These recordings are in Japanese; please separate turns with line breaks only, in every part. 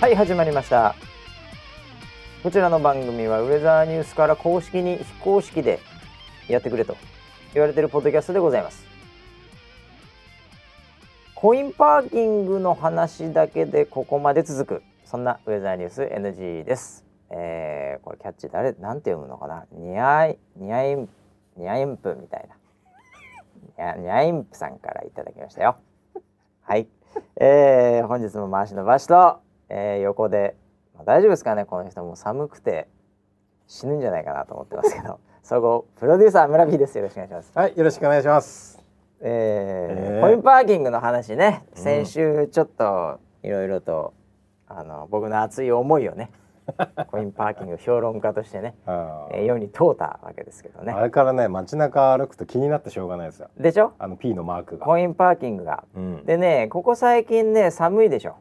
はい始まりましたこちらの番組はウェザーニュースから公式に非公式でやってくれと言われてるポッドキャストでございますコインパーキングの話だけでここまで続くそんなウェザーニュース NG ですえー、これキャッチ誰なんて読むのかなニャイニャインニャインプみたいなニャニャインプさんからいただきましたよはいえー、本日も回しのばしと、えー、横で、まあ、大丈夫ですかねこの人もう寒くて死ぬんじゃないかなと思ってますけど総合プロデューサー村 P ですよろしくお願いします
はい、よろしくお願いします。
えー
えー
コインパーキングの話ね先週ちょっといろいろと、あの僕の熱い思いを ねコインパーキング評論家としてね、
あ
えー世に問うたわけですけどね
あれからね、街中歩くと気になってしょうがないですよ。
でしょ
あの P のマークが。
コインパーキングが
うん、
でねここ最近ね寒いでしょ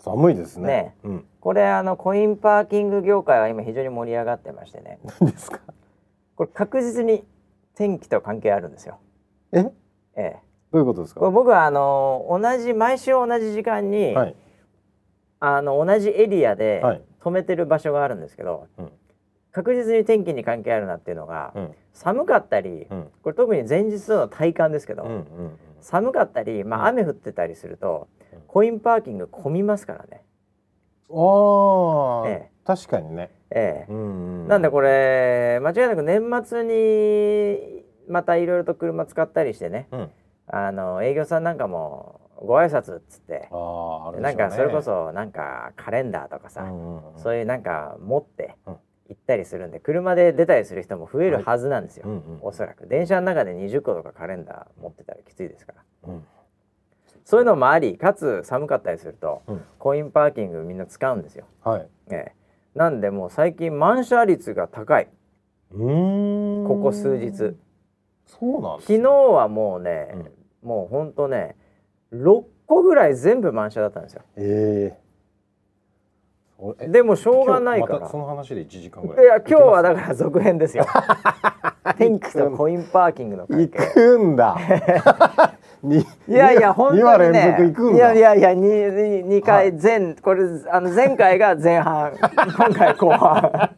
寒いですね。
ね
うん、
これあのコインパーキング業界は今非常に盛り上がってましてね
何ですか。
これ確実に天気と関係あるんですよ。
え、ど
ええ、
ういうことですか。
これ
は
僕はあの同じ毎週同じ時間に、
い。はい。
あの同じエリアで
はい
止めてる場所があるんですけど、
うん
確実に天気に関係あるなっていうのが、
うん。
寒かったり
うん。
これ特に前日との体感ですけど、
うん。うん。
寒かったり、まあ、雨降ってたりすると、
うん
コインパーキング混みますからね。
ああ、
ええ
確かにね。
ええ
ん
なんでこ
れ。
れ間違いなく年末にまたいろいろと車使ったりしてね
うん。あ
あの営業さんなんかもご挨拶っつって、
あ、あるでしょ
な
うね。
んかそれこ。そなんかカレンダーとか
う
さ、
んうんうん。
そういうなんか持って
うん
行ったりするんで車で出たりする人も増えるはずなんですよ、
うんうん。
おそらく電車の中で20個とかカレンダー持ってたらきついですから
うん。
そういうのもありかつ寒かったりすると、
うん
コインパーキングみんな使うんですよ、
はい。
ええ、なんでもう最近満車率が高いう
ーん。
ここ数日。
そうなんですね。
昨日はもうね、
うん
もうほんとね6個ぐらい全部満車だったんですよ
ええそれえ
でもしょうがないか
今日ま
ら
たその話で一時間ぐら
い
い。
や今日はだから続編です よ天気とコインパーキングの関
行
係
くんだ。に
いやいや本
二話
当にね
連続行くんだ。
いやいやいやにに二
は
回
い
前、これあの前回が前 半今回後半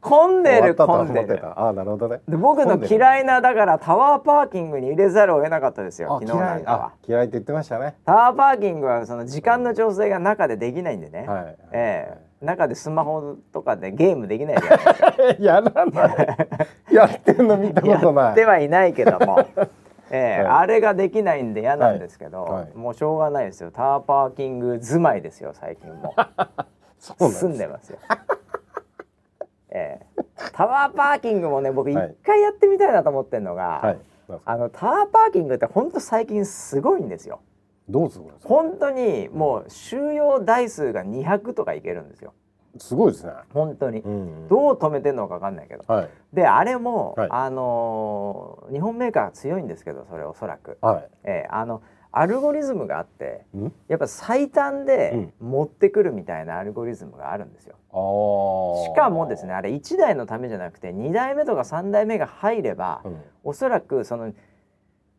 混んでる混んでる
ああーなるほどね。
で僕の
混んでる
嫌いなだからタワーパーキングに入れざるを得なかったですよ
あ
昨日な
嫌
ん
い
かは
あ嫌いって言ってましたね。
タワーパーキングはその時間の調整が中でできないんでね、
はい
ええ中でスマホとかでゲームできないじゃないですか
やらない。やってんの見たこ
や
とな
っ
い。
てはいないけど も、ええ
はい
あれができないんで嫌なんですけど、
はいはい
もうしょうがないですよタワーパーキング住まいですよ最近も
そうなんです
住んでますよ。ええタワーパーキングもね僕一
はい
回やってみたいなと思ってるのが、
はい。なんか
あのタワーパーキングってほんと最近すごいんですよ。
どうすごいですか。
本当にもう収容台数が200とかいけるんですよ。
すごいですね。
本当に、
うんうん。
どう止めてんのか分かんないけど
はい
であれも、
はい
あのー日本メーカーが強いんですけどそれおそらく、
は
えーあのアルゴリズムがあって
い。ん？あ
やっぱ最短で持ってくるみたいなアルゴリズムがあるんですよ。
あ。
しかもですね。あれ1台のためじゃなくて2台目とか3台目が入れば、
うん。
おそらくその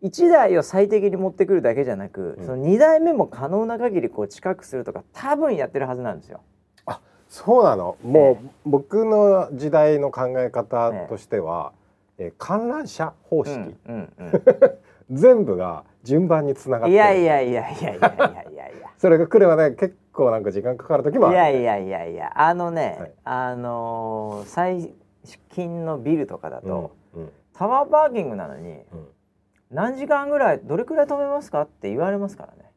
1台を最適に持ってくるだけじゃなく、
うん
その2台目も可能な限りこう近くするとか多分やってるはずなんですよ。
そうなの。もう僕の時代の考え方としては、え観覧車方
うん
式
うんうん
全部が順番に繋が って
い
る。
やいやいやいやいやい やいやいや。
それが来るまで結構なんか時間かかる時もあ
い
る。
やいやいやいやあのね、
はい
あのー最近のビルとかだと、
うんうん
タワーパーキングなのに
うん
何時間ぐらいどれくらい止めますかって言われますからね、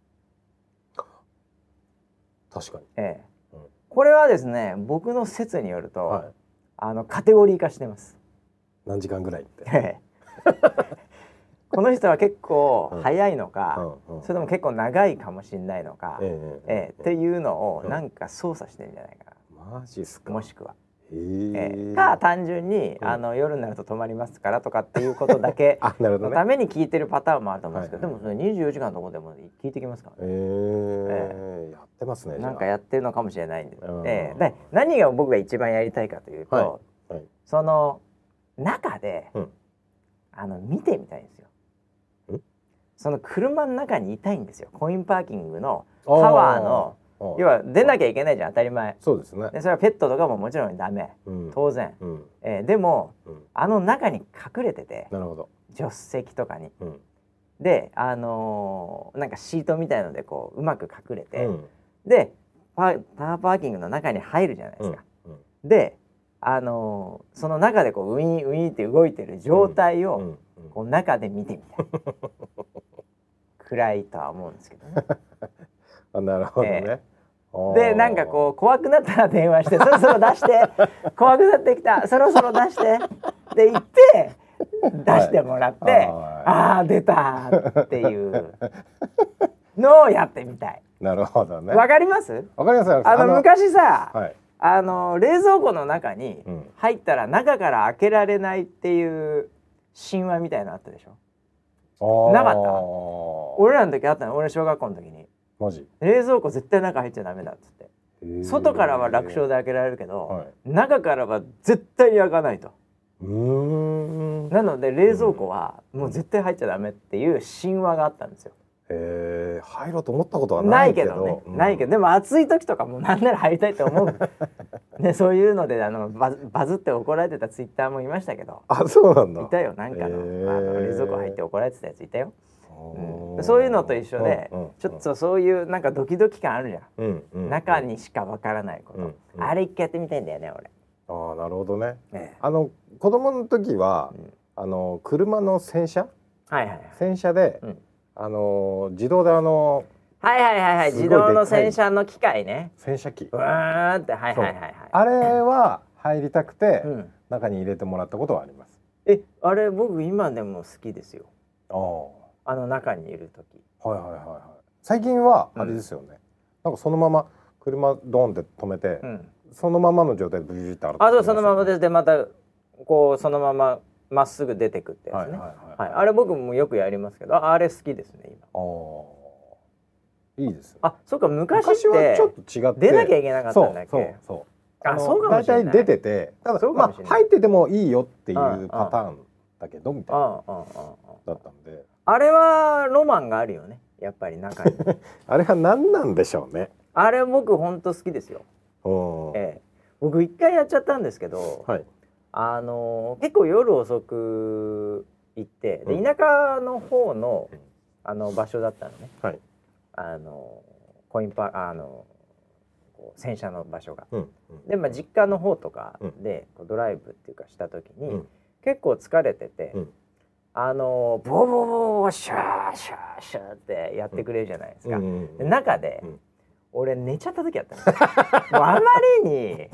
確かに。
ええ
うん
これはですね僕の説によると、
は
あのカテゴリー化してます、
い。何時間ぐらい って。
ええこの人は結構早いの
う
か、
んうん
それとも結構長いかもしれないのか、え
え
えって
え
いうのを
うん
なんか操作してんじゃないかな、
マジっすか。
もしくは。
へ
え
え
ー、か単純に、
うん
あの夜になると泊まりますからとかっていうことだけ
あなるほど
の
ね
た。めに聞いてるパターンもあると思うんですけど、
はいはい
でもそれ24時間のところでも聞いてきますから
え
ね、
えやってますね。じゃあ
なんかやってるのかもしれないんで,、
うん
えーで何が僕が一番やりたいかというと、
ははい
その中で、
うん
あの見てみたいんですよ
ん。
その車の中にいたいんですよコインパーキングの
あ
タワーの
はい
要は出なきゃいけないじゃん当たり前
そうですね。
でそれはペットとかももちろんダメ
うん。
当然、
うん。
えーでも
うん。
あの中に隠れてて
なるほど。
助手席とかに
うん。
であのーなんかシートみたいのでこううまく隠れて、
うん。
でパカーパーキングの中に入るじゃないで
う
す
ん
か、。であのーその中でこうウィーンウィーンって動いてる状態を、
うん。
こう中で見てみ たい暗いとは思うんですけど ね
あ、なるほどね。あー
でなんかこう怖くなったら電話してそろそろ出して 怖くなってきたそろそろ出してで行って出してもらって、
は
ああー出たっていうのをやってみたい。
いなるほどね。
わかります
わかりますよ。
あの昔さ、
はい。
あの冷蔵庫の中に
うん。
入ったら中から開けられないっていう神話みたいなのあったでしょなかった
た。
俺らの時あったの俺小学校の時に
マジ。
冷蔵庫絶対中入っちゃダメだっつって外からは楽勝で
だ。
開けられるけど、
はい。
中からは絶対に開かないと
うーん。
なので冷蔵庫はもう絶対入っちゃダメっていう神話があったんですよ、
ええ、入ろうと思ったことは
な
ないい
け
け
どね
ど。、うん
ないけど。でも暑い時とかもなんなら入りたいと思 うねそういうのであのバズバズって怒られてたツイッターもいましたけど
あ、そうなんだ。
いたよなんかの,、
へー
あの冷蔵庫入って怒られてたやついたよ、うん
あー
そういうのと一緒で、
うんうんうん
ちょっとそういうなんかドキドキ感あるじゃん、
うんうん
中にしかわからないこと、
うんうん
あれ一回やってみたいんだよね俺。
ああなるほどね
ええ
あの子供の時は、
うん
あの車の洗車
はいはいはい
洗車で、
うん
あの自動であの
はいはいはいはい
すご
自
い
動の
でかい
洗車の機械ね
洗車機
うわーってはいはいはいはい
あれは入りたくて、
うん、
中に入れてもらったことはあります
えあれ僕今でも好きですよ
ああは
あの中にいる時
いはいはいはい最近は
うん
あれですよね、なんかそのまま車ドーンって止めて、
うん
そのままの状態でブリブリって洗って
あそうそのまま
で
ですでまたこうそのまままっすぐ出てくってや
は
つ
い
ね、
はい
はい
はい、
あれ僕もよくやりますけどああれ好きですね今
ああいいですね
あそうか昔って
昔はちょっと違っ
出
て
なきゃいけなかったんだっけ
そうそうそう
あそうかもしれない
大体出ててただ
そうかも
ま
しれ
あ
ない
入っててもいいよってい
うんうん
うパターンだけどみた
う
い
ん
な
うんうんうん
だったんで
あれはロマンがあるよねやっぱり中 に
あれは何なんでしょうね
あれ僕ほんと好きですよ
うん
ええ僕一回やっちゃったんですけど、
はい
あのー結構夜遅く行ってで
うん
田舎の方の,、
うん
あの場所だったのね、
はい
あのーコインパあのーこう洗車の場所が。
うんうん
で、まあ、実家の方とかで、こうドライブっていうかした時に、
うん
結構疲れてて、
うん
あのーボーボーボーボーシャーシャーシャーってやってくれるじゃないですか。
うんうん
で中で、
うん
俺寝ちゃった時あったのもうあまりに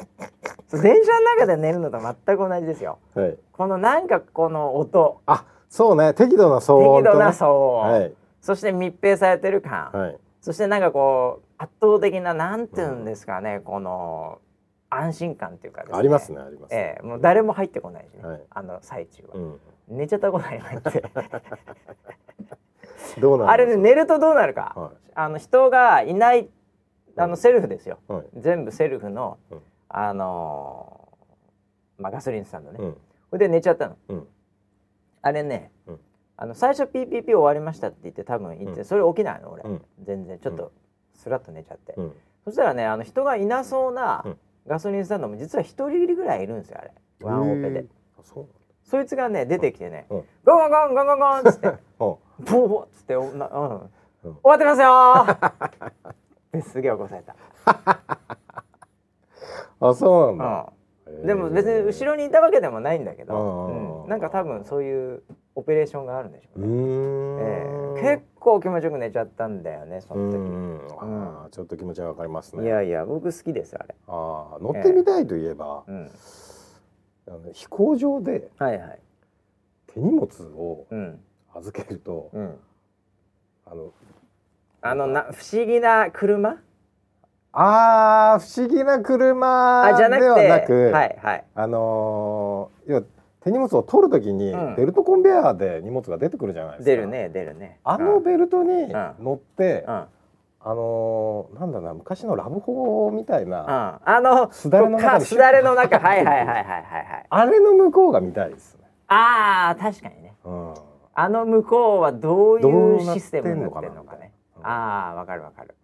そう電車の中で寝るのと全く同じですよ
はい
このなんかこの音
あそうね適度な騒
適
音と
度
ね
な騒音、
はい
そして密閉されてる感、
はい
そしてなんかこう圧倒的ななんていうんですかね、この安心感っていうかです
ありますねあります
ええもう誰も入ってこないしね、
はい
あの最中は、
うん
寝ちゃったことにな って
どうなん
あれね
ね
寝るとどうなるか、
は
あの人がいないあ
う
の
ん
セルフですよ、
いはい
全部セルフの、
うん
あのーまあ、ガソリンスタンドね、
うん
それで寝ちゃったの
うん
あれね、
うん
あの最初 PPP 終わりましたって言って多分言って、
うん
それ起きないの俺、
うん
全然ちょっとスラッと寝ちゃって、
うん
そしたらねあの人がいなそうな
うん
ガソリンスタンドも実は一人ぐらいいるんですよあれワンオペで
へーあそう
そいつがね出てきてね、
うん
ゴンゴンゴンゴンゴンゴンっつっ て
なんだ
ボーボーっつっておな、うん
うん
終わってますよー ですげえ起こされた、
ああそうなんだ
うんでも別に後ろにいたわけでもないんだけ
うんうんうん
ど、
う
うんんなんか多分そういうオペレーションがあるんでしょうね、え
ろ
え結構気持ちよく寝ちゃったんだよねその時、
うんあーちょっと気持ちはわかりますね
いやいや僕好きですあれ、
ああ乗ってみたいといえば、
うん、
あの飛行場で
はいはい
手荷物を
うん
預けると、
うん
あの
あのな不思議な車
あー不思議な車
あじゃなく
で
て
はなく
はいはい
あのー、要は手荷物を取るときに、
うん
ベルトコンベヤーで荷物が出てくるじゃないですか。
出るね出るね
あの
うん
ベルトに
ん
乗って、
うんうん
あのー、なんだろうな昔のラブホーみたいな、
あの
すだれの中
か
に
すだれの中はいはいはいはいはいはい
あれの向こうが見たいですね。
あー確かにね
うん、
あの向こうはどうい
ど
う
うなってんのかな
システムになってるのかね
うん
ああわかるわかる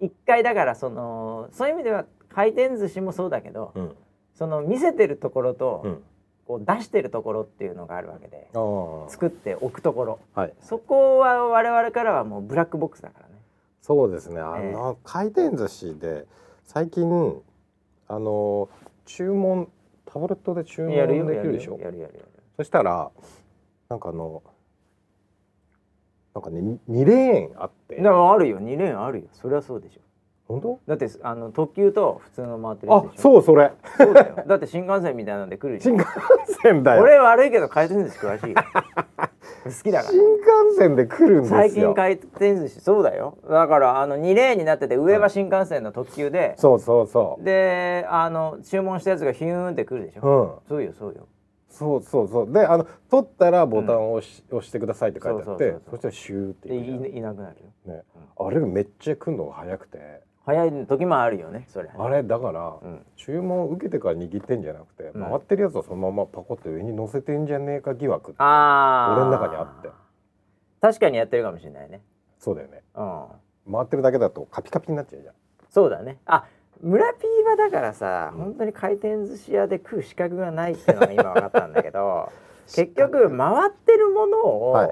うん
一回だからそのそういう意味では回転寿司もそうだけど、
うん
その見せてるところと、
うん
こう出してるところっていうのがあるわけで
あー
作っておくところ
はい
そこは我々からはもうブラックボックスだからね。
そうですねあの、回転寿司で最近あの注文タブレットで注文
やるよ
で
や
きる
る
でしょ
よやるやるやる
そしたらなんかあのなんかね二レーンあって
だからあるよ2レーンあるよそりゃそうでしょ
本当
だってあの特急と普通の回ってるや
あ
つでしょ
そうそれ
あそうだよだって新幹線みたいなので来るじゃ
新
ん
幹線だよ
俺悪いけど回転寿司詳しい よ好きだから
新幹線で来るんですよ
最近回転寿司そうだよだからあの2レーンになってて上は新幹線の特急で、
そうそうそ
であの注文したやつがヒューンって来るでし
う
ょ、
うん
そうよそうよ
そうそうそうであの取ったらボタンを押し、押してくださいって書いてあって
そう
そ
そうそうそう
したらシューって
でい
行くじ
いなくなるよ
ゃんね、あれがめっちゃ来るのが早くて
早い時もあるよねそれ
あれだから、
うん
注文受けてから握ってんじゃなくて、
ん
回ってるやつはそのままパコって上に乗せてんじゃねえか疑惑
あー
俺の中にあって
確かにやってるかもしれないね
そうだよね
うん
回ってるだけだとカピカピになっちゃうじゃん
そうだねあ村ピーはだからさ、本当に回転寿司屋で食う資格がないっていうのが今分かったんだけ ど結局回ってるものを、
はい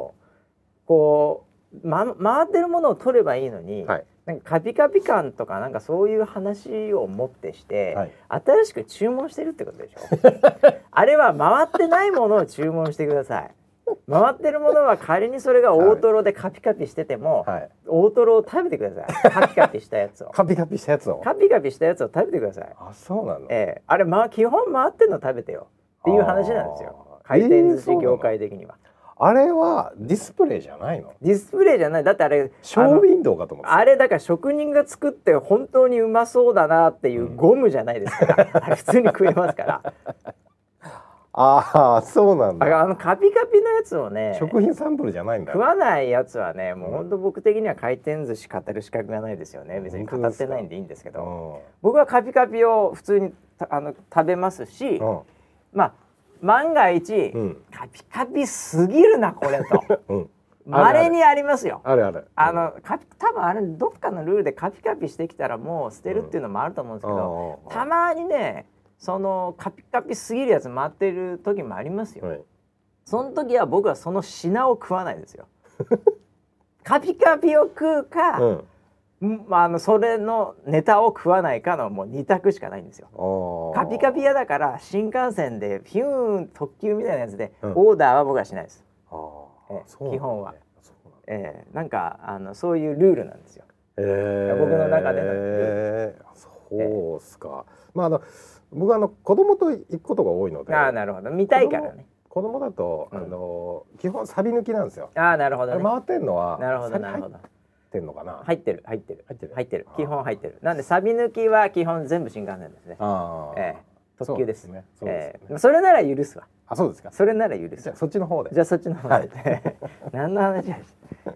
こう、ま、回ってるものを取ればいいのに、
はい
なんかカピカピ感とかなんかそういう話をもってして、
はい
新しく注文してるってことでしょ あれは回ってないものを注文してください回ってるものは仮にそれが大トロでカピカピしてても、
はい
大トロを食べてくださいカピカピしたやつを
カピカピしたやつを
カピカピしたやつを食べてください。
あそうなの
ええあれ、まあ、基本回ってんの食べてよ。っていう話なんですよ。
あー
回
えー
転寿
そうな
司
の
業界的には。
あれはディスプレイじゃないの
ディスプレイじゃない。だってあれ、
ショーウィンドウかと思って
あのあれだから職人が作って本当にうまそうだなっていうゴムじゃないです から。あれ普通に食えますから。
ああそうなん
あ
だ
あのカピカピのやつをね、
食品サンプルじゃないんだ
食わないやつはね、もう本当僕的には回転寿司語る資格がないですよね。別に語ってないんでいいんですけ
う
ど。
ん、うん
僕はカピカピを普通にたあの食べますし、まあ万が一、
うん
カピカピすぎるなこれと
うん、 あるある
稀にありますよ。
あるある
あのカピ多分あれどっかのルールでカピカピしてきたらもう捨てるっていうのもあると思うんですけど、
うん
たまにねそのカピカピすぎるやつ回ってる時もありますよ。
はい
その時は僕はその品を食わないです よ。カピカピを食う
う
か、
ん
んまあ、あのそれのネタを食わないかのもう二択しかないんですよ。
あー
カピカピ屋だから新幹線でピューン特急みたいなやつで
うん
オーダーは僕はしないです、
あー
ええ
そうなんだ
基
ね
本は
そうなんだ
えーなんかあのそういうルールなんですよ
えー
僕の中での
えーそうっすか、まああの僕はあの子供と行くことが多いので
ああなるほど見たいからね
子供だと、
うん
あの基本サビ抜きなんですよ、
ああなるほど
あれ
ね
回ってんのは
なるほど
サビ
なるほど
入ってんのかな、
入ってる入ってる
入ってる
入ってる
あー
基本入ってるなんでサビ抜きは基本全部新幹線ですね
ああ、
ええ特急です
そうねそうです
え
ね、
ーそれなら許すわ
あそうですか
それなら許す
じゃ
わ
あそっちの方で
じゃあそっちの方で、 何の話やし、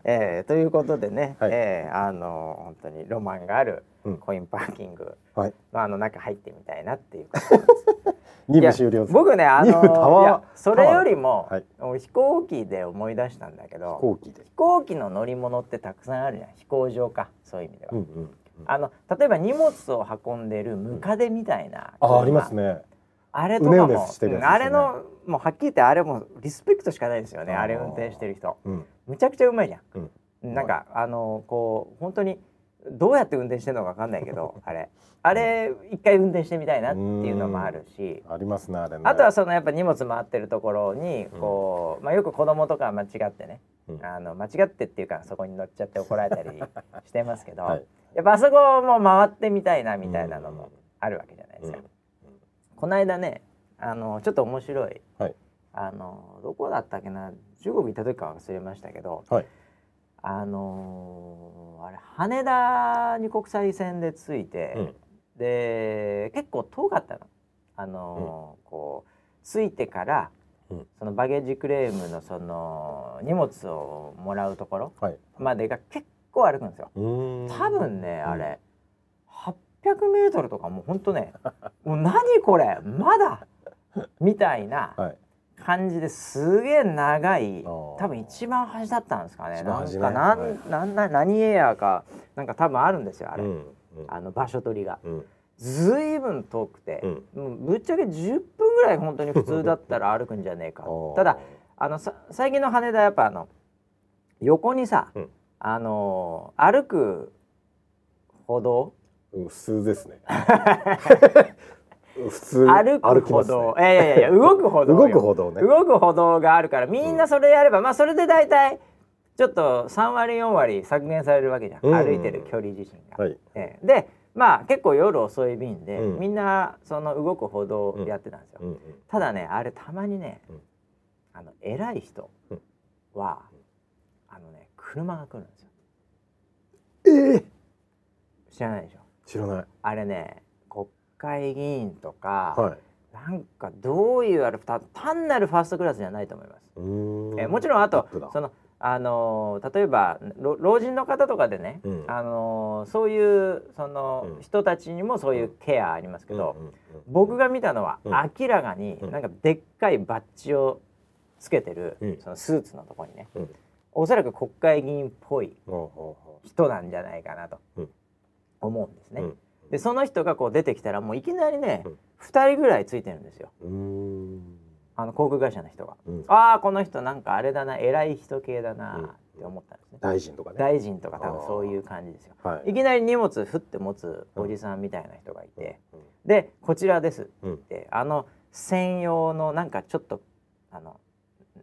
えー、ということでね、
はい
えーあの本当にロマンがある
うん
コインパーキング、
はい
まあ、あの中入ってみたいなっていうか
二
いや
部終了です
僕ねあの
二部タワー
いやそれよりも
タワー、
俺飛行機で思い出したんだけ
飛
ど
行機で
飛行機の乗り物ってたくさんあるじゃん飛行場かそういう意味では、
うんうんうん
あの例えば荷物を運んでるムカデみたいな、
あありますね
あれとかも
うねうねしてるや
う
つですね
んあれのもうはっきり言ってあれもリスペクトしかないですよね
あー
あれ運転してる人
うん
むちゃくちゃうまいじゃん
うん
なんかあのこう本当にどうやって運転してるのかわかんないけどあれあれ一回運転してみたいなっていうのもあるし
ありますねあれね
あとはそのやっぱ荷物回ってるところにこう、まあ、よく子供とかは間違ってね
うん
あの間違ってっていうかそこに乗っちゃって怒られたりしてますけど、
はい
やっぱあそこも回ってみたいなみたいなのもあるわけじゃないですか。
うん
この間ねあのちょっと面白い、
はい
あのどこだったっけな中国行った時か忘れましたけど、
はい
あのーあれ羽田に国際線で着いて、
うん
で結構遠かったの。あのーこう着いてから、
うん
そのバゲージクレームのその荷物をもらうところ
はい
までが結構歩くんですよ。
うーん
多分ね、
うん
あれ800メートル とかもうほんとねもう何これまだみたいな
はい
感じですげえ長い
あー
多分一番端だったんですかね
一番
なん
端
か
ね
なん、
はい
なんな何エアーかなんか多分あるんですよあれ、
うんうん
あの場所取りが
うん
ずいぶん遠くて、
うん
もうぶっちゃけ10分ぐらい本当に普通だったら歩くんじゃね えかただあのさ最近の羽田やっぱあの横にさ、
うん
あのー歩く歩道
うん普通で すね普通に
歩く
き
歩
ますね
道、えいやいやい や動く歩道よ
動く歩道ね
動く歩道があるからみんなそれやれば、まあそれで大体ちょっと3割4割削減されるわけじゃん、
うん
歩いてる距離自身が。
はい
ええでまあ結構夜遅い便で、
うん
みんなその動く歩道やってたんですよ。
うんうん
ただねあれたまにね、
うん
あの偉い人は、あのね車が来るんですよ
ええ
知らないでしょ
知らない
あれね国会議員とか、
はい
なんかどういうあれた単なるファーストクラスじゃないと思います、
うーん
えーもちろんあ
ト
と
ップだ
そのあのー例えばろ老人の方とかでね、
うん
あのーそういうその、
うん
人たちにもそういうケアありますけど、
うんうんうん
僕が見たのは、
うん
明らかに
うん
なんかでっかいバッジをつけてる、
うん
そのスーツのとこにね、
うん
おそらく国会議員っぽい
ほうほうほ
人なんじゃないかなと
うん
思うんですね。
うん
でその人がこう出てきたらもういきなりね、
うん
二2人ぐらいついてるんですよ
ううーん
あの航空会社の人が。
うん
ああこの人なんかあれだな偉い人系だなって思ったんですね。
大臣とかね
大臣とか多分そういう感じですよ。
はい
きなり荷物ふって持つおじさんみたいな人がいて。
うん
でこちらです
うん
ってあの専用のなんかちょっとあの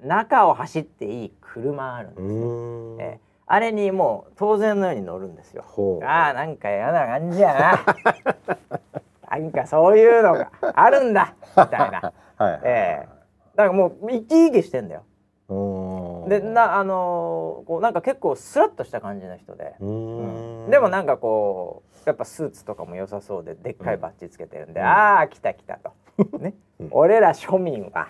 中を走っていい車あるんで
う
す
ん
ね、
うーん
えーあれにもう当然のように乗るんですよ
ほう
あーなんか嫌な感じやな なんかそういうのがあるんだみたいなだか
はいはいはい
えらもう生き生きしてんだよ
うーん
でなあのーこうなんか結構スラッとした感じの人で
うーん
でもなんかこうやっぱスーツとかも良さそうででっかいバッジつけてるんで、ああ来た来た と、ね
うん
俺ら庶民 は、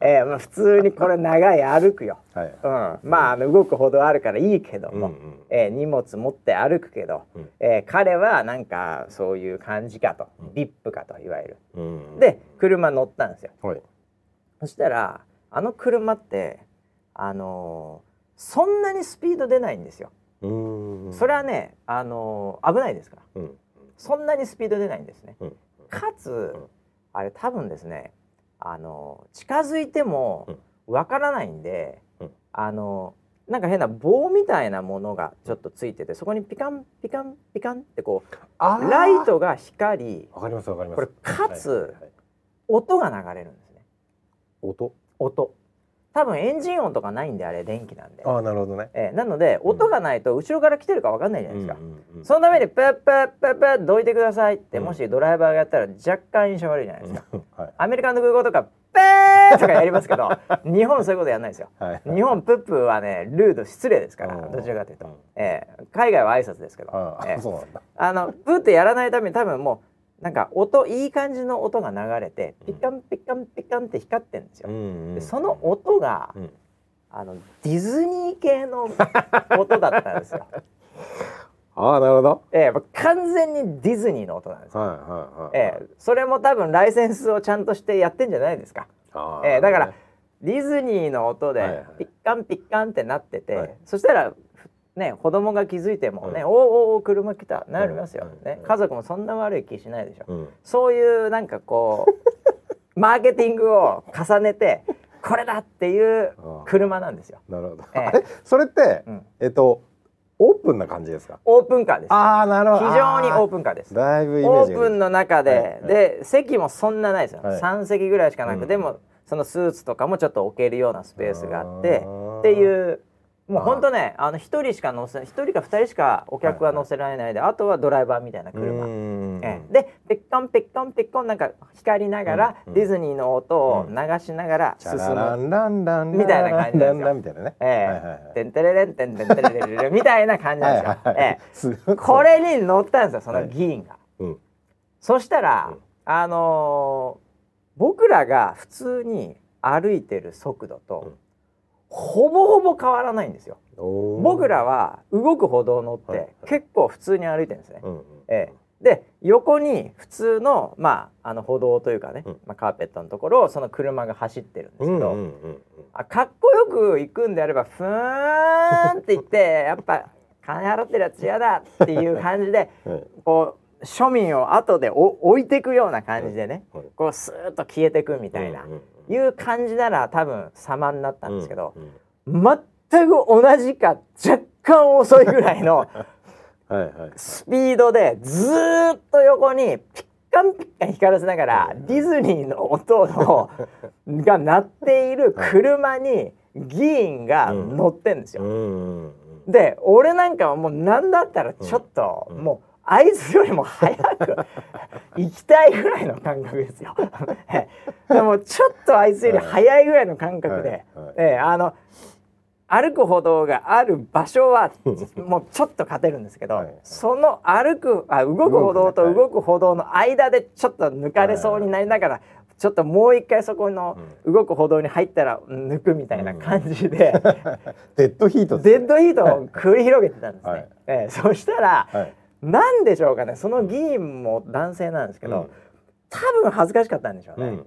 えーまあ、普通にこれ長い歩くよ、
はい
うん、まああの動くほどあるからいいけども、
うんうん
えー荷物持って歩くけど、
うん
えー彼はなんかそういう感じかと、ビップかといわゆる
うん
で車乗ったんですよ
はい
そしたらあの車ってあのーそんなにスピード出ないんですよ、
うーん
それはねあのー危ないですから
うん
そんなにスピード出ないんですね。
うん
かつ、
ん
あれ多分ですねあの近づいてもわからないんで、
うん
あのなんか変な棒みたいなものがちょっとついててそこにピカンピカンピカンってこ
あ
う
ー
ライトが光り
わかりますわかりま
こ
す
れかつ
はいはいはい
音が流れるんですね
音
音多分エンジン音とかないんであれ電気なんで、
ああなるほどね
ええなので音がないと後ろから来てるかわかんないじゃないですか、
うんうんうん
そのためにプップップップッどいてくださいって
うん
もしドライバーがやったら若干印象悪いじゃないですか、
うんはい
アメリカの空港とかペーとかやりますけ ど日本そういうことやらないですよ
はい
日本プップはねルード失礼ですから
うん
どちらかというと、
うん
ええ海外は挨拶ですけど
ああ、
ええ
そうなんだ。
あのプってやらないために多分もうなんか音いい感じの音が流れてピカンピカンピカンって光ってるんですよ、
ん
でその音が
うん
あのディズニー系の音だったんですよ、
ああ、なるほど。
ええもう完全にディズニーの音なんですよ
はいはいはい。
ええ、それも多分ライセンスをちゃんとしてやってんじゃないですか。
ああ
ええ、だから
ね
ディズニーの音
はいは
で
い
ピッカンピッカンってなってて、
はい
そしたらね子供が気づいてもね、
うん
おうおうおう車来たなりますよ、
うん
ね
うん
家族もそんな悪い気しないでしょ。
うん。
そういうなんかこう マーケティングを重ねてこれだっていう車なんですよ。
なるほど。
ええ
あれ、それって
う、ん、
えっと、オープンな感じですか。
オープンカーです。
ああ、なる
非
ほど。
常にオー
プ
プンカーです。
だいぶイメー
オ
ジ
ー
が。
プンの中で、
はいはい
で席もそんなないですよ、
はい
3席ぐらいしかなくて、
うん
でもそのスーツとかもちょっと置けるようなスペースがあって
あー
っていうもう
あー
ほんとねあの1人しか乗せ1人か2人しかお客は乗せられないで、あとはドライバーみたいな車。
うん。
ええでペッコンペッコンペッコンなんか光りながら、
うんうん
ディズニーの音を流しながら
チ
進
ャ
む、
ラランランランラン
みたいな感じなんですよ
ランランみたいなね。
え
はいはい
えテンテレレンテンテンテレレレレみたいな感じなんですよ。
はいはいはい
ええ
すごい
これに乗ったんですよその議員が。
うん
そしたら、
うん
あのー僕らが普通に歩いてる速度と、
うん
ほぼほぼ変わらないんですよ。
おー
僕らは動く歩道を乗って、
はいはい
結構普通に歩いてるんですね。
うんうん
ええで横に普通の,、まあ、あの歩道というかね、
うん
まあ、カーペットのところをその車が走ってるんですけ
う
ど、
んうんうん
あかっこよく行くんであればふーんって言って やっぱ金払ってるやつ嫌だっていう感じで
うん。はい
こう庶民を後でお置いてくような感じでね、
はい
こうスーッと消えてくみたいな、
うんうんうん
いう感じなら多分様になったんですけど、
うんうん
全く同じか若干遅いぐらいの
はいはい。
スピードでずーっと横にピッカンピッカン光らせながらディズニーの音のが鳴っている車に議員が乗ってんです
う
よ。
んうんうん。
で俺なんかはもう何だったらちょっと
うん
もう合図よりも早 く行きたいぐらいの感覚ですよ。ええでもちょっと合図より早いぐらいの感覚で、
はいはい
ええあの歩く歩道がある場所 はもうちょっと勝てるんですけど、
はい
その歩くあ動く歩道と
動くね
動く歩道の間でちょっと抜かれそうになりながら、ちょっともう一回そこの動く歩道に入ったら抜くみたいな感じで。
デッドヒートです
デ
ね。
ッドヒートを繰り広げてたんですね。
はい
ええそしたら、
はい。
なんでしょうかねその議員も男性なんですけど、
うん
多分恥ずかしかったんでしょう
う
ね。
ん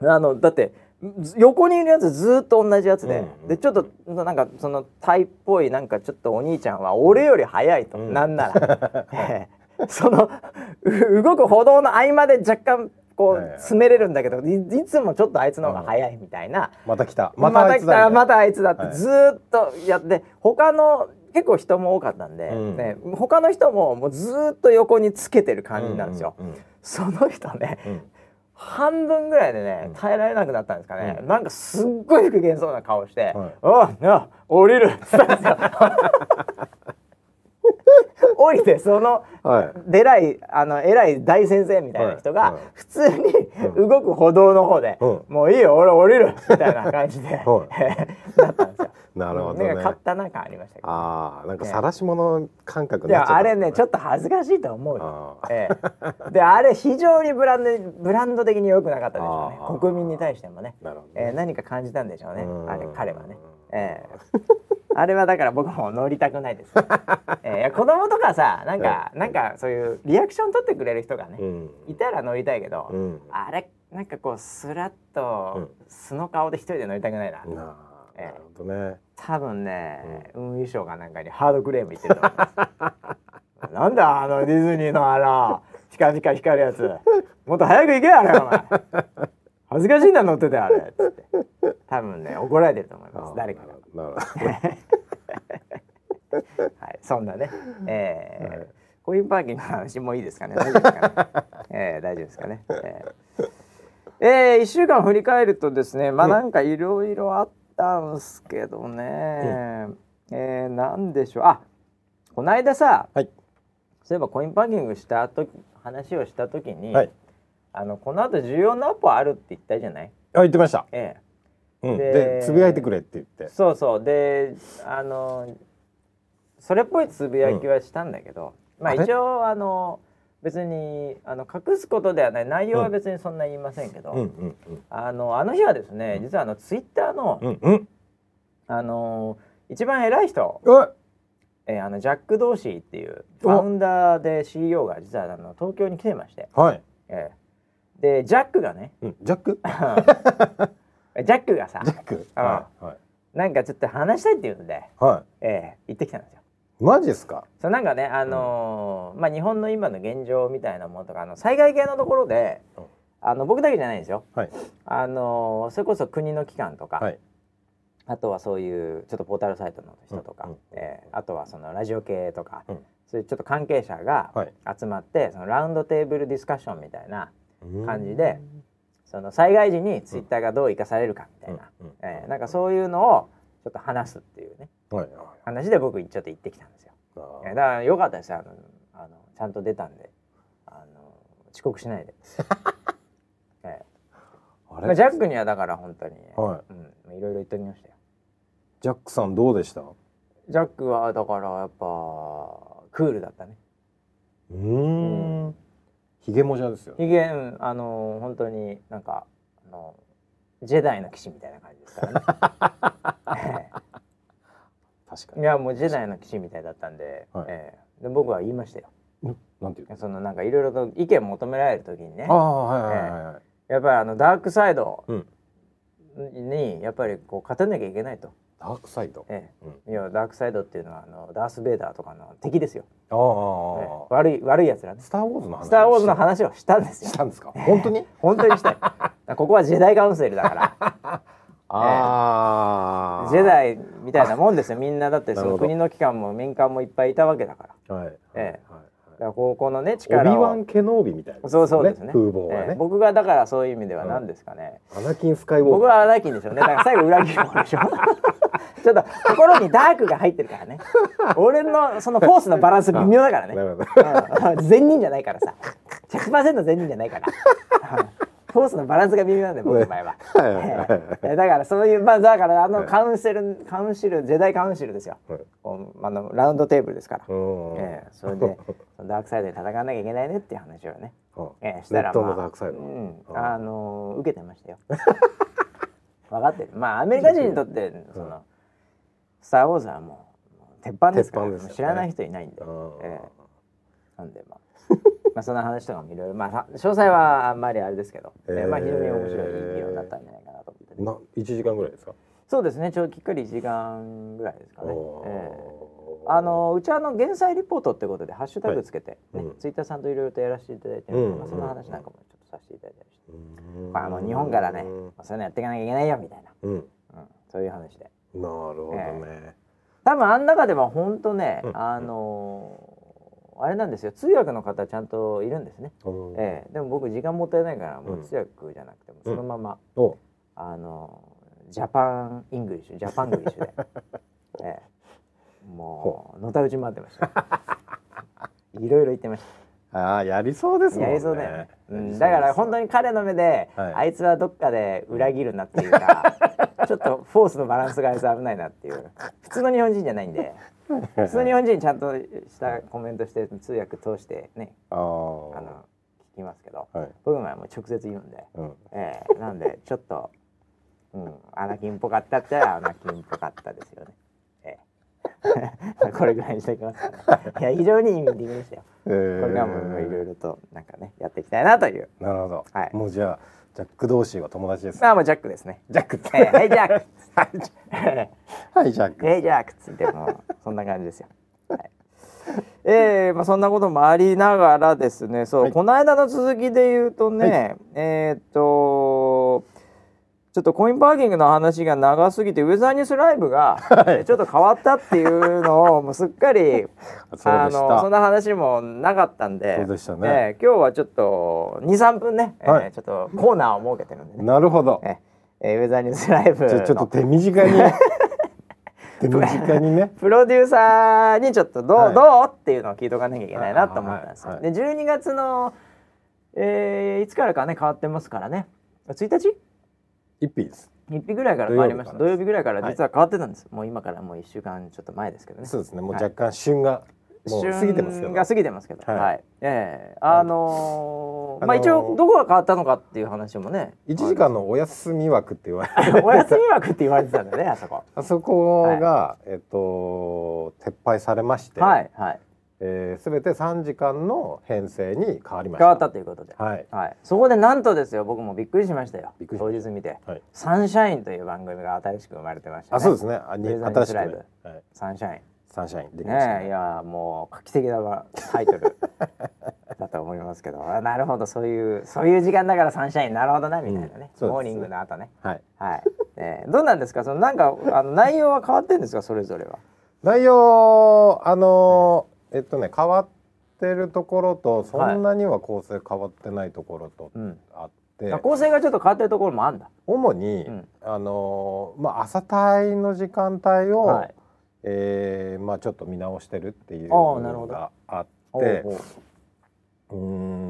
うん。
あのだってず横にいるやつずっと同じやつで、
うんうん
でちょっとなんかそのタイっぽいなんかちょっとお兄ちゃんは俺より早いと、
うん
なんな ら、ええそのう動く歩道の合間で若干こ
はいはいう
詰めれるんだけど、いいつもちょっとあいつの方が早いみたいな。
また来た。
ま
また
た
あい
来
つ
た
だ。
ま
た。
たあいつだっ
は
て
い
ずーっとやって他の結構人も多かったんで、
うん
ね、他の人ももうずーっと横につけてる感じなんですよ、
うんうん
その人ね
うん。
半分ぐらいでね
うん
耐えられなくなったんですかね、
うん
なんかすっごい不機嫌そうな顔して
はい
「おいな降りる」って言ったんですよ降りてその
うんはい。
でらいあの偉い大先生みたいな人
はい
が
はい
普通に
う
動く歩道の方で
うん
「もういいよ俺降りる」みたいな感じで
は
なったんですよ。
なるほどね
なんか買ったなんかありましたけど。
ああ、なんか晒し者感覚
い
になっちゃ
や
った。
あれねち
ょ
ょ
っ
っと恥ずかしいと思うよ。
ああ。
ええ、であれ非常にブランドブランド的に良くなかったでしょ
あ
うね
ー
国民に対してもね、
なるほど
ええ、
ね。
何か感じたんでしょうね
うん
あれ彼はね、ええ、あれはだから僕も乗りたくないです、ええ、いや子供とかさなん か、なんかそういうリアクション取ってくれる人がね、
うん。
いたら乗りたいけど、
うん。
あれなんかこうスラッと素の顔で一人で乗りたくないな、
なあ、
ええ
なるほどね。
多分ね、運輸省かなんかにハードクレーム言ってると思い ますなんだあのディズニーのあらピカピカ光るやつもっと早く行けよあれお前恥ずかしいんだ乗っててあれっつって多分ね怒られてると思いま
あ
す
あ
誰かが、
なるほど。なる
はい、そんなね、えーコインパーキングの話もいいですかね大丈夫ですかね、えー大丈夫ですかね、えーえー、1週間振り返るとですねまあ
うん
なんかいろいろあったんすけどね、えー、なんでしょうあこないださ
はい
そういえばコインパーキングした時話をした時に、
ほどはい。
あのこの後重要なアポあるって言ったじゃない、
あ、言ってました。
え
うん。
で
で、つぶやいてくれって言っ
え
て。
そうそうであのそれっぽいつぶやきはしたんだけど、まあ
あれ
一応あの別にあの隠すことではない内容は別にそんな言いませんけど、
うんうんうん
あのあの日はですね実はあのツイッターの、
うんうん。
あの一番偉い人、
うわ
えーあのジャック・ドーシーっていうフ
お
ァウンダーで CEO が実はあの東京に来てまして、
はい。
えーでジャックがね
うん。ジャック？
ジャックがさ
ジャック。
あ
はいはい
なんかちょっと話したいっていうんで、
は
えー行ってきたんですよ。
い。マジですか？
そうなんかね、あのーまあ、日本の今の現状みたいなものとかあの災害系のところで
うん
あの僕だけじゃないんですよ、
はい
あのーそれこそ国の機関とか、
はい
あとはそういうちょっとポータルサイトの人とか、
うんうん
えーあとはそのラジオ系とか、
うん
そういうちょっと関係者が
はい
集まって、そのラウンドテーブルディスカッションみたいな感じで
うん
その災害時にツイッターがどう生かされるかみたいな、
うんうん
えーなんかそういうのをちょっと話すっていうね
はいは
話で僕ちょっと行ってきたんですよ。
い
いやだから良かったですよあのあのちゃんと出たんであの遅刻しない で、え
あ
え
あ
まあ、
れ
ジャックにはだから本当に、
はい
うん、いろいろ言っときましたよ
ジャックさんどうでした？う
ジャックはだからやっぱクールだったね
ーん。ヒゲもじゃですよね。
ヒゲうんあの本当になんかあのジェダイの騎士みたいな感じです からね、え
確か
えい
に。
やもうジェダイの騎士みたいだったんで、
はい
ええで僕は言いましたよ
なんていう
そのなんかいろいろと意見求められる時にね
ああはいはいはいはい、
やっぱりあのダークサイド
うん
にやっぱりこう勝てなきゃいけないと、
ダークサイド
え
うん
え、いやダークサイドっていうのはあのダース・ベイダーとかの敵ですよ、
あ
ええ
あ、
悪い悪いやつらね
スター・ウォーズの話
スター・ウォーズの話をしたんですよ
したんですか本当に
本当にしたいここはジェダイカウンセルだから
ああ、
ジェダイみたいなもんですよみんなだってそ
なる
の
ほど
国の機関も民間もいっぱいいたわけだから
はいはい
ええ
はい
だから高校のね
オビ
力
ワン・
を
ケノービみたいな、
そうそうですね
風貌は
ええ
ね、
僕がだからそういう意味では何ですかね、
アナキン・スカイウォー
僕
カー
はアナキンでしょうね。だから最後裏切る方でしょ。 ちょっと心にダークが入ってるからね。俺のそのフォースのバランス微妙だからね
な。るほど
うん善人じゃないからさ。100%善人じゃないから。うんフォースのバランスが微妙なんだよ僕の場合は。
はいはいはいはい
えだからそういうまあだからあの
はい
カウンセルカウンシルジェダイカウンシルですよ。
はい
こうあのラウンドテーブルですから。
うん
ええそれでそのダークサイドで戦わなきゃいけないねっていう話をね。
うん
ええしたら、
ネット
まあ、
のダークサイド
うん
う、ん
あのー受けてましたよ分かってるまあアメリカ人にとってその「スター・ウォーズ」はもうもう鉄板ですから
鉄板ですよね
もう知らない人いないんで、
うん
ええなんでまあ まあそんな話とかもいろいろまあさ詳細はあんまりあれですけど、え
えー
まあ非常に面白い議論だったんじゃないかなと思って、ね、
な一時間ぐらいですか。
そうですねちょうどきっくり1時間ぐらいですかね、ええ
おー
あのうちはあの減災リポートってことでハッシュタグつけて、ね
うん
ツイッターさんといろいろとやらせていただいてるので、まあ、
うん
その話なんかもちょっとさせていただいたりして。
うん
まあ、もう日本からね、まあそういうのやっていかなきゃいけないよみたい
うん、
な、うん、そういう話で
なるほどね。
多分あん中では本当ね、
うん
あのーあれなんですよ通訳の方ちゃんといるんですね、
うん
ええでも僕時間もったいないからも
う
うん通訳じゃなくてもそのまま、
お、
あのージャパンイングリッシュジャパングリッシュで、ええもうのたうち回ってましたいろいろ言ってました
ああやりそうですもんね。
やりそうだよね、うん、
やりそうです
だから本当に彼の目で、
はい
あいつはどっかで裏切るなっていうか、ちょっとフォースのバランスがあいつ危ないなっていう普通の日本人じゃないんで 普通の日本人ちゃんとしたコメントして通訳通してね
あ
あの聞きますけど
あ、はい。
僕の前はもう直接言うんで、
うん。
ええなんでちょっと、うん、アナキンっぽかったったらアナキンっぽかったですよね。ええ これぐらいにしておきますかね。いや非常にいいミーティングでしたよ。
えー
これからもいろいろとなんかねやっていきたいなという。
なるほど。
はい
もうじゃあジャック同士は友達です。
まあもうジャックですね。
ジャックって
えー、 はいジャック。 え
はいジャック。
ージャックつってもうそんな感じですよ。はいえーまあ、そんなこともありながらですねそう、
はい
この間の続きで言うとね、
は
えーっとちょっとコインパーキングの話が長すぎてウェザーニュースライブが、
はい
ちょっと変わったっていうのをもうすっかり
あ そう
あ
でし
のそん
た。
な話もなかったんで
そうでしたね
えー今日はちょっと23分ね、えー
はい
ちょっとコーナーを設けてるんでね
なるほど。
ええーウェザーニュースライブ
じゃあちょっと
の
手短に 手短にね。
プロデューサーにちょっとどう、
はい
どうっていうのを聞いとかなきゃいけないなと思ったんですよ。
はい
で12月の、えーいつからかね変わってますからね1日
一品です。
1日ぐらいから変わりました土
土
曜
曜
日ぐらいから実は変わってたんです、もう今からもう1週間ちょっと前ですけどね
そうですね。もう
はい
若干旬が、もう
旬
過ぎてますけど。
が過ぎてますけどは、
はいい
ええあのー
あのー
まあ一応どこが変わったのかっていう話もね
一時間のお休み枠って言われ て
お休み枠って言われてたん だねあそこ
あそこが、えっと撤廃されまして、
はいはい
えー、全て3時間の編成に変わりました
変わったということで
はい
はい、そこでなんとですよ僕もびっくりしましたよ
びっくりし
当
ま
日見て、
はい
サンシャイン」という番組が新しく生まれてました、ね、
あそうですねあに
レーザー
新しく、
ライ
ね
ブ
はい、
サンシャイ
サンシャインで
ン
きましたね
ねえいやもう画期的なわタイトルだと思いますけど あなるほどそういうそういう時間だからサンシャインなるほどなみたいなね,、
うんそうですね
モーニングの後ね
はい
はい、ええどうなんですかそのなんかあの内容は変わってんですかそれぞれは
内容あのーえっとね変わってるところとそんなには構成変わってないところと
うん
あって、
あ構成がちょっと変わってるところもあんだ
主に、
うん
あのーまあ朝帯の時間帯を、
はい
えーまあちょっと見直してるっていう
あーなるほ
の
ど
があって
おうおう
うー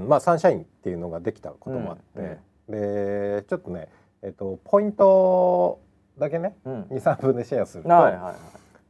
んまあサンシャインっていうのができたこともあって、でちょっとね、えっとポイントだけね
うん
23分でシェアすると、
はいはいはい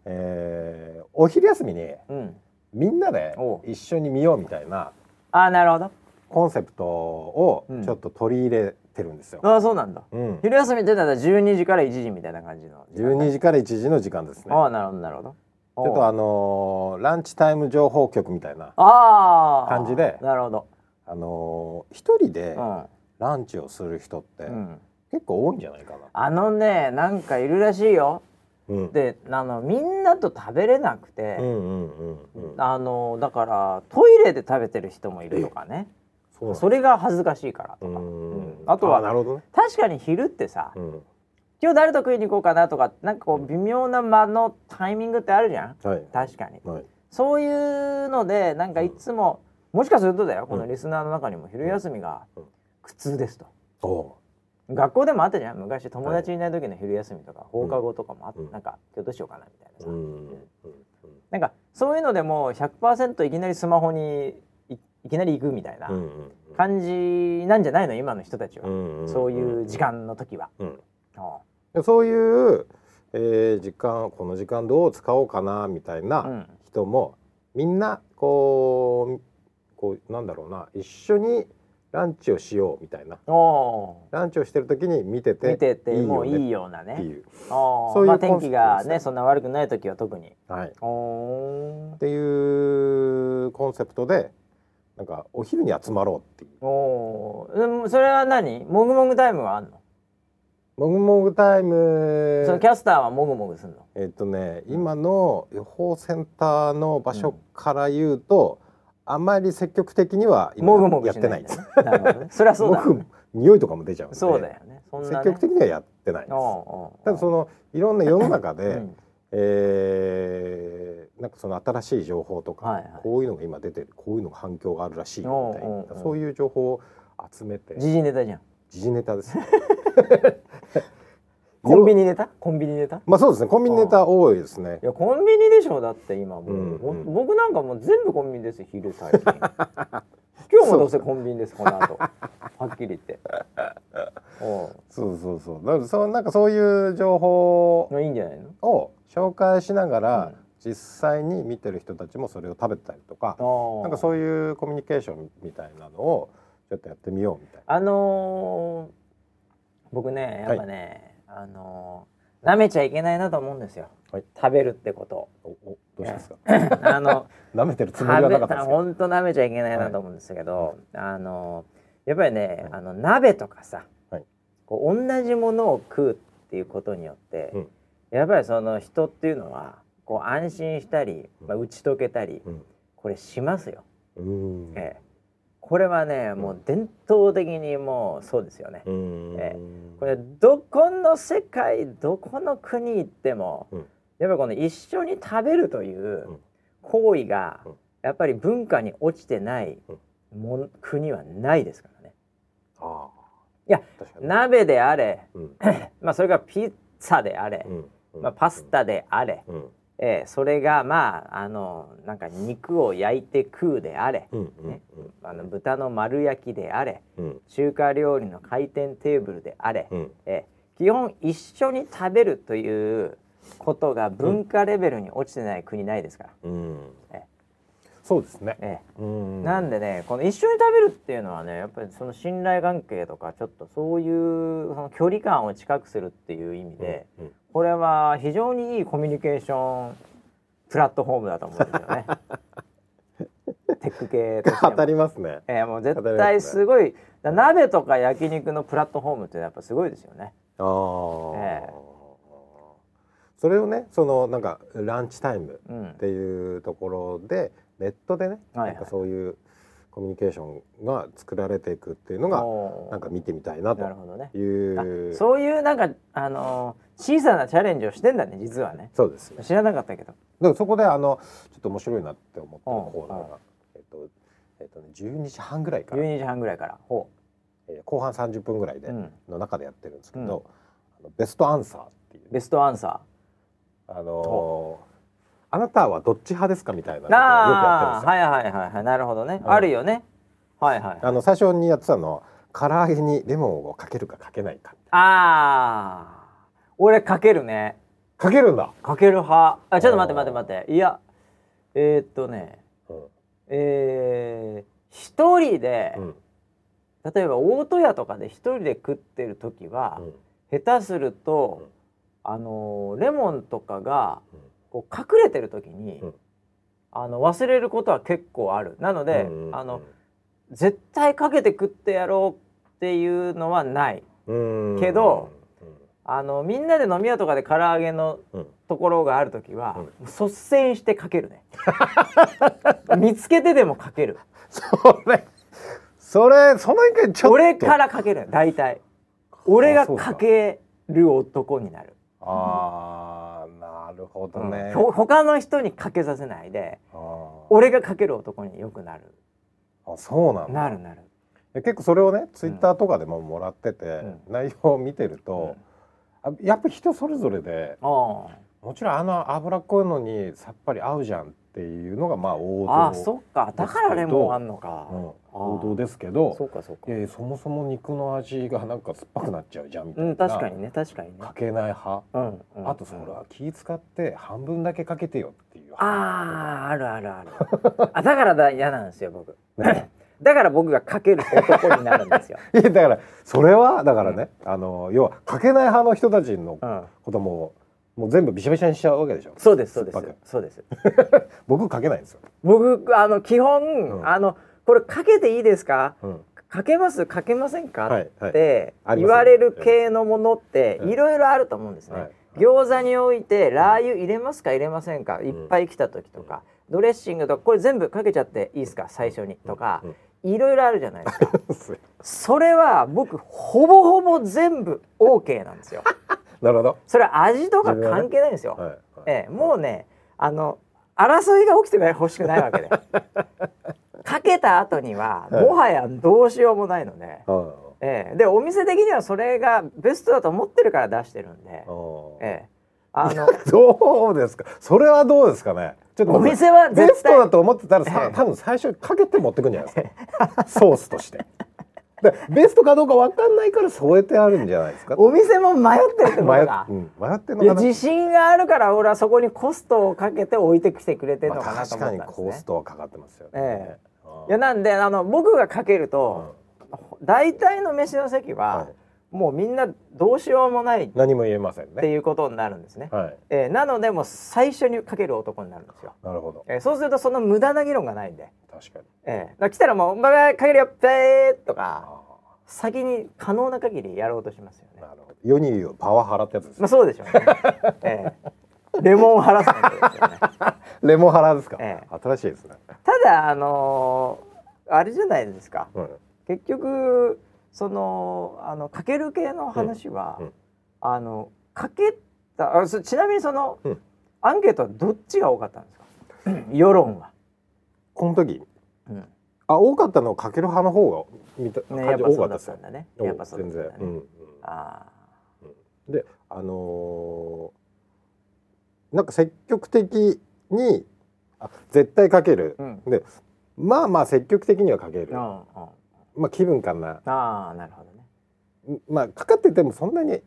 えーお昼休みに
うん
みんなで
おう
一緒に見ようみたいな
あなるほど
コンセプトを
うん
ちょっと取り入れてるんですよ。
あそうなんだ
うん
昼休み出たら12時から1時みたいな感じの
12時から1時の時間ですね。
ああなるほどなるほど
ちょっとあのーランチタイム情報局みたいな
ああ
感じで
なるほど、
あのー一人で
うん
ランチをする人って
うん、
結構多いんじゃないかな。
あのねなんかいるらしいよ
うん、
であのみんなと食べれなくて、
うんうんうんうん。
あのだからトイレで食べてる人もいるとかね
そうなんだ
それが恥ずかしいからと
う
か、
ん
あとは
なるほどね。
確かに昼ってさ、
うん。
今日誰と食いに行こうかなとかなんかこう微妙な間のタイミングってあるじゃん
はい。
確かに
はい。
そういうのでなんかいつも、もしかするとだよこの
うん
リスナーの中にも昼休みが
うん
苦痛ですと
お
学校でもあったじゃん昔友達いない時の昼休みとか放課後とかもあって、
うん
なんか今日どうしようかなみたいな
う。う
さ、
ん。うん
なんかそういうのでもう100%いきなりスマホにいいきなり行くみたいな
うんうん
感じなんじゃないの今の人たちは、
うんん。
そういう時。間の時は。
うん。
うん
でそういう、えー、時間この時間どう使おうかなみたいな人も、みんなこうこうなんだろうな一緒にランチをしようみたいな
うん、お
ランチをしてる時に見て
ー
て
見ててもういい
よ
ような
ね
ね
っていう、
あ
そう
そ
いう
まあ、
コン
天
セプトですね
気がねそんな悪くない時は特に。
はい、っ
おー
ていうコンセプトでなんかお昼に集まろうっていう
おーでもそれは何もぐもぐタイムはあんの、
もぐもぐタイ
その
ム
キャスターはもぐもぐすんの
えっとね今の予報センターの場所から言うと、あまり積極的には今
もぐもぐ
やっ
してな
ない
いん
です
だねなるほどねそれはそうだろうね、
僕匂いとかも出ちゃうんで
そうだよねそんなね
積極的にはやってないんです
おうおうおう
ただそのいろんな世の中で、
うん
えーなんかその新しい情報とか、
はいはい
こういうのが今出てるこういうのが反響があるらしいみたい
おうおうお
な
う
そういう情報を集めて
時事ネタじゃん
時事ネタですね
コンビニネタコンビニネタい
まあそうですねコンビニネタ多いですね
やコンビニでしょだって今もう、
うんうん
ぼ僕なんかもう全部コンビニですよ昼最近 今日もどうせコンビニですこの後はっきり言ってお
そうそうそうだからそうなんかそういう情報
ういいんじゃないの
を紹介しながら、
うん
実際に見てる人たちもそれを食べたりとかな
なん
かそういうコミュニケーションみたいなのをちょっとやってみようみたいな。
あのー僕ねやっぱね、あのー舐めちゃいけないなと思うんですよ、
はい
食べるってこと
おおどうしたんですか。
をあの
舐めてるつも
食
りはな
べ
かったんで
た
すけど。
本当舐めちゃいけないなと思うんですけど、あのーやっぱりね、あの鍋とかさ、
はい
こう同じものを食うっていうことによって、
うん
やっぱりその人っていうのはこう安心したり、まあ、打ち解けたり、
うん
これしますよ、
うーん。
ええこれはねもう伝統的にもうそうですよね、
うーん
えこれどこの世界どこの国行っても、
うん
やっぱりこの一緒に食べるという
うん
行為が、
うん
やっぱり文化に落ちてないもん国はないですからね。
ああ。
いや
確かに。
鍋であれ、
うん。
まあ、それがピッツァであれ、
うんうん
まあ、パス。タであれ、
うん。うん
えーそれがまああのなんか肉を焼いて食うであれ、
うん
ね
うん
あの豚の丸焼きであれ
うん
中華料理の回転テーブルであれ、
うん
えー基本一緒に食べるということが文化レベルに落ちてない国ないですから、
うん
え
そうですね。
え
う
ー
ん。
なんでねこの一緒に食べるっていうのはねやっぱりその信頼関係とかちょっとそういうその距離感を近くするっていう意味で、
うんうん
これは非常にいいコミュニケーションプラットフォームだと思うんですよ ね。テック系として
当
も
たりますね。
えーもう絶
語りますね
対すごいだ鍋とか焼肉のプラットフォームってやっぱすごいですよね。
ああ、
ええ
それをね、そのなんかランチタイム
う
っ
ん、
ていうところでネットでね、
はいはい
なんかそういうコミュニケーションが作られていくっていうのが
おー
なんか見てみたいな
なるほどね
という。
あそういうなんかあのー小さなチャレンジをしてんだね実はね
そうですね。
知らなかったけど
でもそこであのちょっと面白いなって思った
うん
コーナーが、えっとえっとね12時半ぐらいから、
12時半ぐらいからほ
えー後半30分ぐらいで、
う、うん、
の中でやってるんですけど、あのベストアンサーっていう、
ベストアンサ
あのーあなたはどっち派ですかみたい
ー
なのをよくやってるんで
あ
す
あ
よ。
はいはいはいはいなるほどね、
うん
あるよねはいはい
あの最初にやってたのは唐揚げにレモンをかけるかかけないか。
ああ俺かけるね
かけるんだ。
かける派あちょっと待って待って待っていやえー、っとね
うん。
えー、一人で、
うん。
例えば大戸屋とかで一人で食ってる時は、
うん
下手すると、あのーレモンとかが、
うん
ここう隠れてる時に、
うん
あの忘れることは結構あるなので、
うんうんうん
あの絶対かけて食ってやろうっていうのはない
うん
けど、あのみんなで飲み屋とかで唐揚げの
うんうん
ところがある時は、率先してかけ るね見つけてでもかける
それそれその意見ちょっと
俺からかける大体俺がかける男になる、
あーなるほどね、
ほ他の人にかけさせないで
あー
俺がかける男によくなる
あそうなんだ
なるなる
で結構それをねツイッターとかでももらってて、内容を見てると、あやっぱ人それぞれで
あ
もちろんあの脂っこいのにさっぱり合うじゃんっていうのがまあ王道
ああそっかだからレモンあんのか、
う
あ
ん
ー
王道ですけど
そうかそうか
いやいやそもそも肉の味がなんか酸っぱくなっちゃうじゃんみた
う
いな、
ん確かにね確かにね
かけない派、
うん、うん
あとそれは気使って半分だけかけてよっていう
あああるあるあるあだからだ嫌なんですよ僕
ね
だから僕がかける男になるんですよ、
いやだからそれはだからね、あの要はかけない派の人たちの
うん、
ことももう全部びしゃびしゃにしちゃうわけでしょ
そうですそうです
酸っぱ
そうです
僕かけないんですよ、
僕あの基本、
うん
あのこれかけていいですか
うん、
かけますかけませんか、
はいはい
って
あり
言
ます
われる系のものって
うん
いろいろあると思うんですね、
はい
餃子においてラー油入れますか入れませんかいっぱい来た時とか、ドレッシングとかこれ全部かけちゃっていいですか最初にとか
うん
いろいろあるじゃないですかそれは僕ほぼほぼ全部 OK なん ですよ
なるほど、
それは味とか関係ないんですよ、
はいはい
ええ、もうねあの争いが起きてない欲しくないわけ でかけた後には
はい
もはやどうしようもないので、
うん
ええ、でお店的にはそれがベストだと思ってるから出してるんで、
うん
ええ、あの
どうですかそれはどうですかねちょっと
お店は
ベ
絶
スト
対
だと思ってたらさ
ええ
多分最初にかけて持ってくんじゃないですか ソースとしてでベストかどうかわかんないから添えてあるんじゃないですか
お店も迷ってるってこと
迷っ
か
う。ん迷ってん
いや
のかな
自信があるから俺はそこにコストをかけて置いてきてくれてるのか
まあ
なと
確
思ったん
かに
ですね。
コストはかかってますよね、
え
うん
いやなんであの僕がかける
う
と、大体の飯の席は、
はい
もうみんなどうしようもないっ
何も言えません
て
ね
いうことになるんですね。
はい
えーなのでもう最初にかける男になるんですよ、
なるほど
えーそうするとその無駄な議論がないんで、
確かに
えーだから来たらもう「お前かけるよペー!」とか
あ
先に可能な限りやろうとしますよ
ー
ね
なるほど世に言うパワハラってやつです、
まあそうでしょうね、えーレモンハラスメントですよね
レモハラですか、
え
新しいですね、
ただあのーあれじゃないですか
うん、
結局そのあのかける系の話は、
うんうん
あのかけたあそちなみにその、
うん
アンケートはどっちが多かったんですか世論は、
この時
うん
あ多かったのはかける派の方が見た
ね、
感
やっ
じ
ぱ
多
そ
か
うだ
ったで
っ
す
た
よ
ん。だね。
うん
やっぱそうだ
全
ったんだ
然
ね。。
うんうん
あ
であのーなんか積極的にあ絶対かける
あ、う、ん、
でまあまあ積極的にはかける、
うん、うん、あ
まあ気分かな
あ、なるほどね。
んまあかかっててもそんなに
う、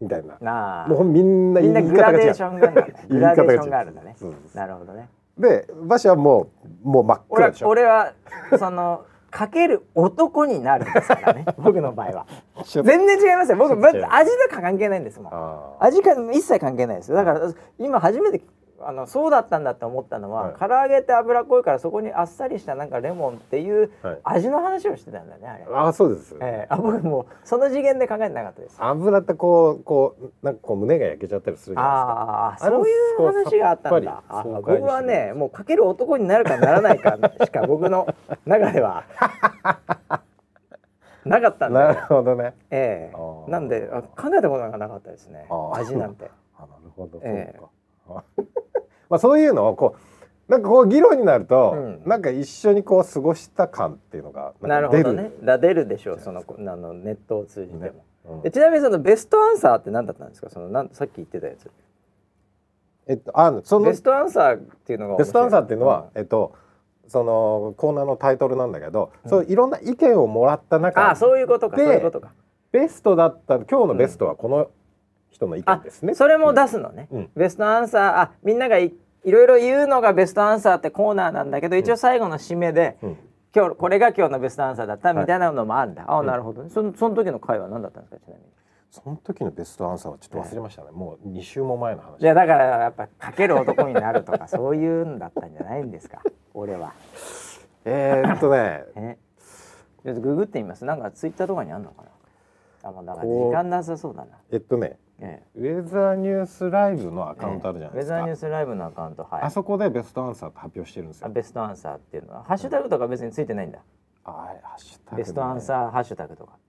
みたいなん
なあ、
もうみんな
み
言
んな
い方
グラ
が違
デー
う
ションがあるんだね、
言
グラ
い方
デ
が
ーシ
違う
ョンがあるんだね。
そうそうそう
なるほどね。
で馬車はもうもう真っ
俺
暗
は
でしょ
俺はそのかける男になるんですから ね。僕の場合は
一緒
全然違いますよ。僕
違う
まず味とか関係ないんですもん。
あー
味か一切関係ないですよ。だから今初めてあのそうだったんだって思ったのは、
はい
唐揚げって脂っこいからそこにあっさりしたなんかレモンっていう
はい
味の話をしてたんだねあれ。
あーそうです、
えー、あ僕もうその次元で考えてなかったです。
油ってこうこうなんかこう胸が焼けちゃったりするじゃないです
ああ
かあれを
そういう
こう
話があったんだ。
さっぱり
あ
爽快
僕
に
は
してくれ
ね
る
もうかける男になるかならないかしか僕の中ではなかったん
な
だ
る
よ。
ほど ね。
ええ
あー
なんであ考えたことがなかったですね
あー
味なん て。
あ、なるほど。
ええ
そうか。 まあ、そういうのをこう、なんかこう議論になると、
うん
なんか一緒にこう過ごした感っていうのが。
なんる
か
ほ
出
どね。だ出るでしょうそのこあのネットを通じても。
ねうん
でちなみにそのベストアンサーって何だったんですかそのなんさっき言ってたやつ。
えっと、あの、その
ベ
ベ
ス
ス
トアンサーっていうのが面白い
トアンサーっていうのは、
ん
えっと。そのコーナーのタイトルなんだけど、そういろんな意見をもらった中
ああそういうことかそ
で
ういうことか。
ベストだった今日のベストはこの人の意見ですね。
それも出すのね、
うん
ベストアンサーあみんながいいろいろ言うのがベストアンサーってコーナーなんだけど一応最後の締めで、
うん
今日これが今日のベストアンサーだった
はい
みたいなのもあるんだ、ああなるほどね、そのその時の会話は何だったんですかちなみに
その時のベストアンサーはちょっと忘れましたね、もう2週も前の話
いやだからやっぱかける男になると かそういうんだったんじゃないんですか俺は
えー、っ とね
えちょっとググってみますなんかツイッターとかにあんのかなあもうだから時間なさそうだな
えっとね
え
ウェザーニュースライブのア
え
カウントあるじゃないです
ウェザ
か、
ーニュースライブのアカウントはい
あそこでベストアンサーって発表してるんです
あ
よ
ベストアンサーっていうのはハッシュタグとか別についてないんだ、
あハッシュタグ、
ベストアンサーハッシュタグとかだか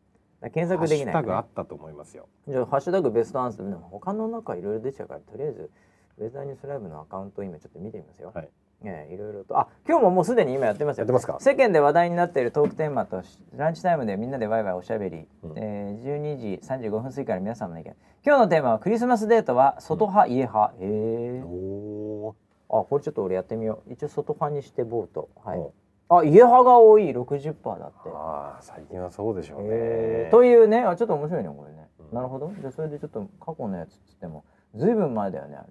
ら検
ー
索できない、
ハッシュタグあったと思いますよ
じゃあハッシュタグベストアンサーでも他の中いろいろ出ちゃうからとりあえずウェザーニュースライブのアカウントを今ちょっと見てみますよ。
はい
ええいろいろとあ今日ももうすでに今やってますよ。
やってますか
世間で話題になっているトークテーマとしランチタイムでみんなでワイワイおしゃべり、
うん
えー12時35分過ぎから皆さんの意見今日のテーマはクリスマスデートは外派、家派へえ
おー
あこれちょっと俺やってみよう一応外派にしてボートはい
お
あ家派が多い60%だって
あー最近はそうでしょうね、
えーというねあちょっと面白いねこれね、
うん
なるほどじゃあそれでちょっと過去のやつっつってもずいぶん前だよねあれ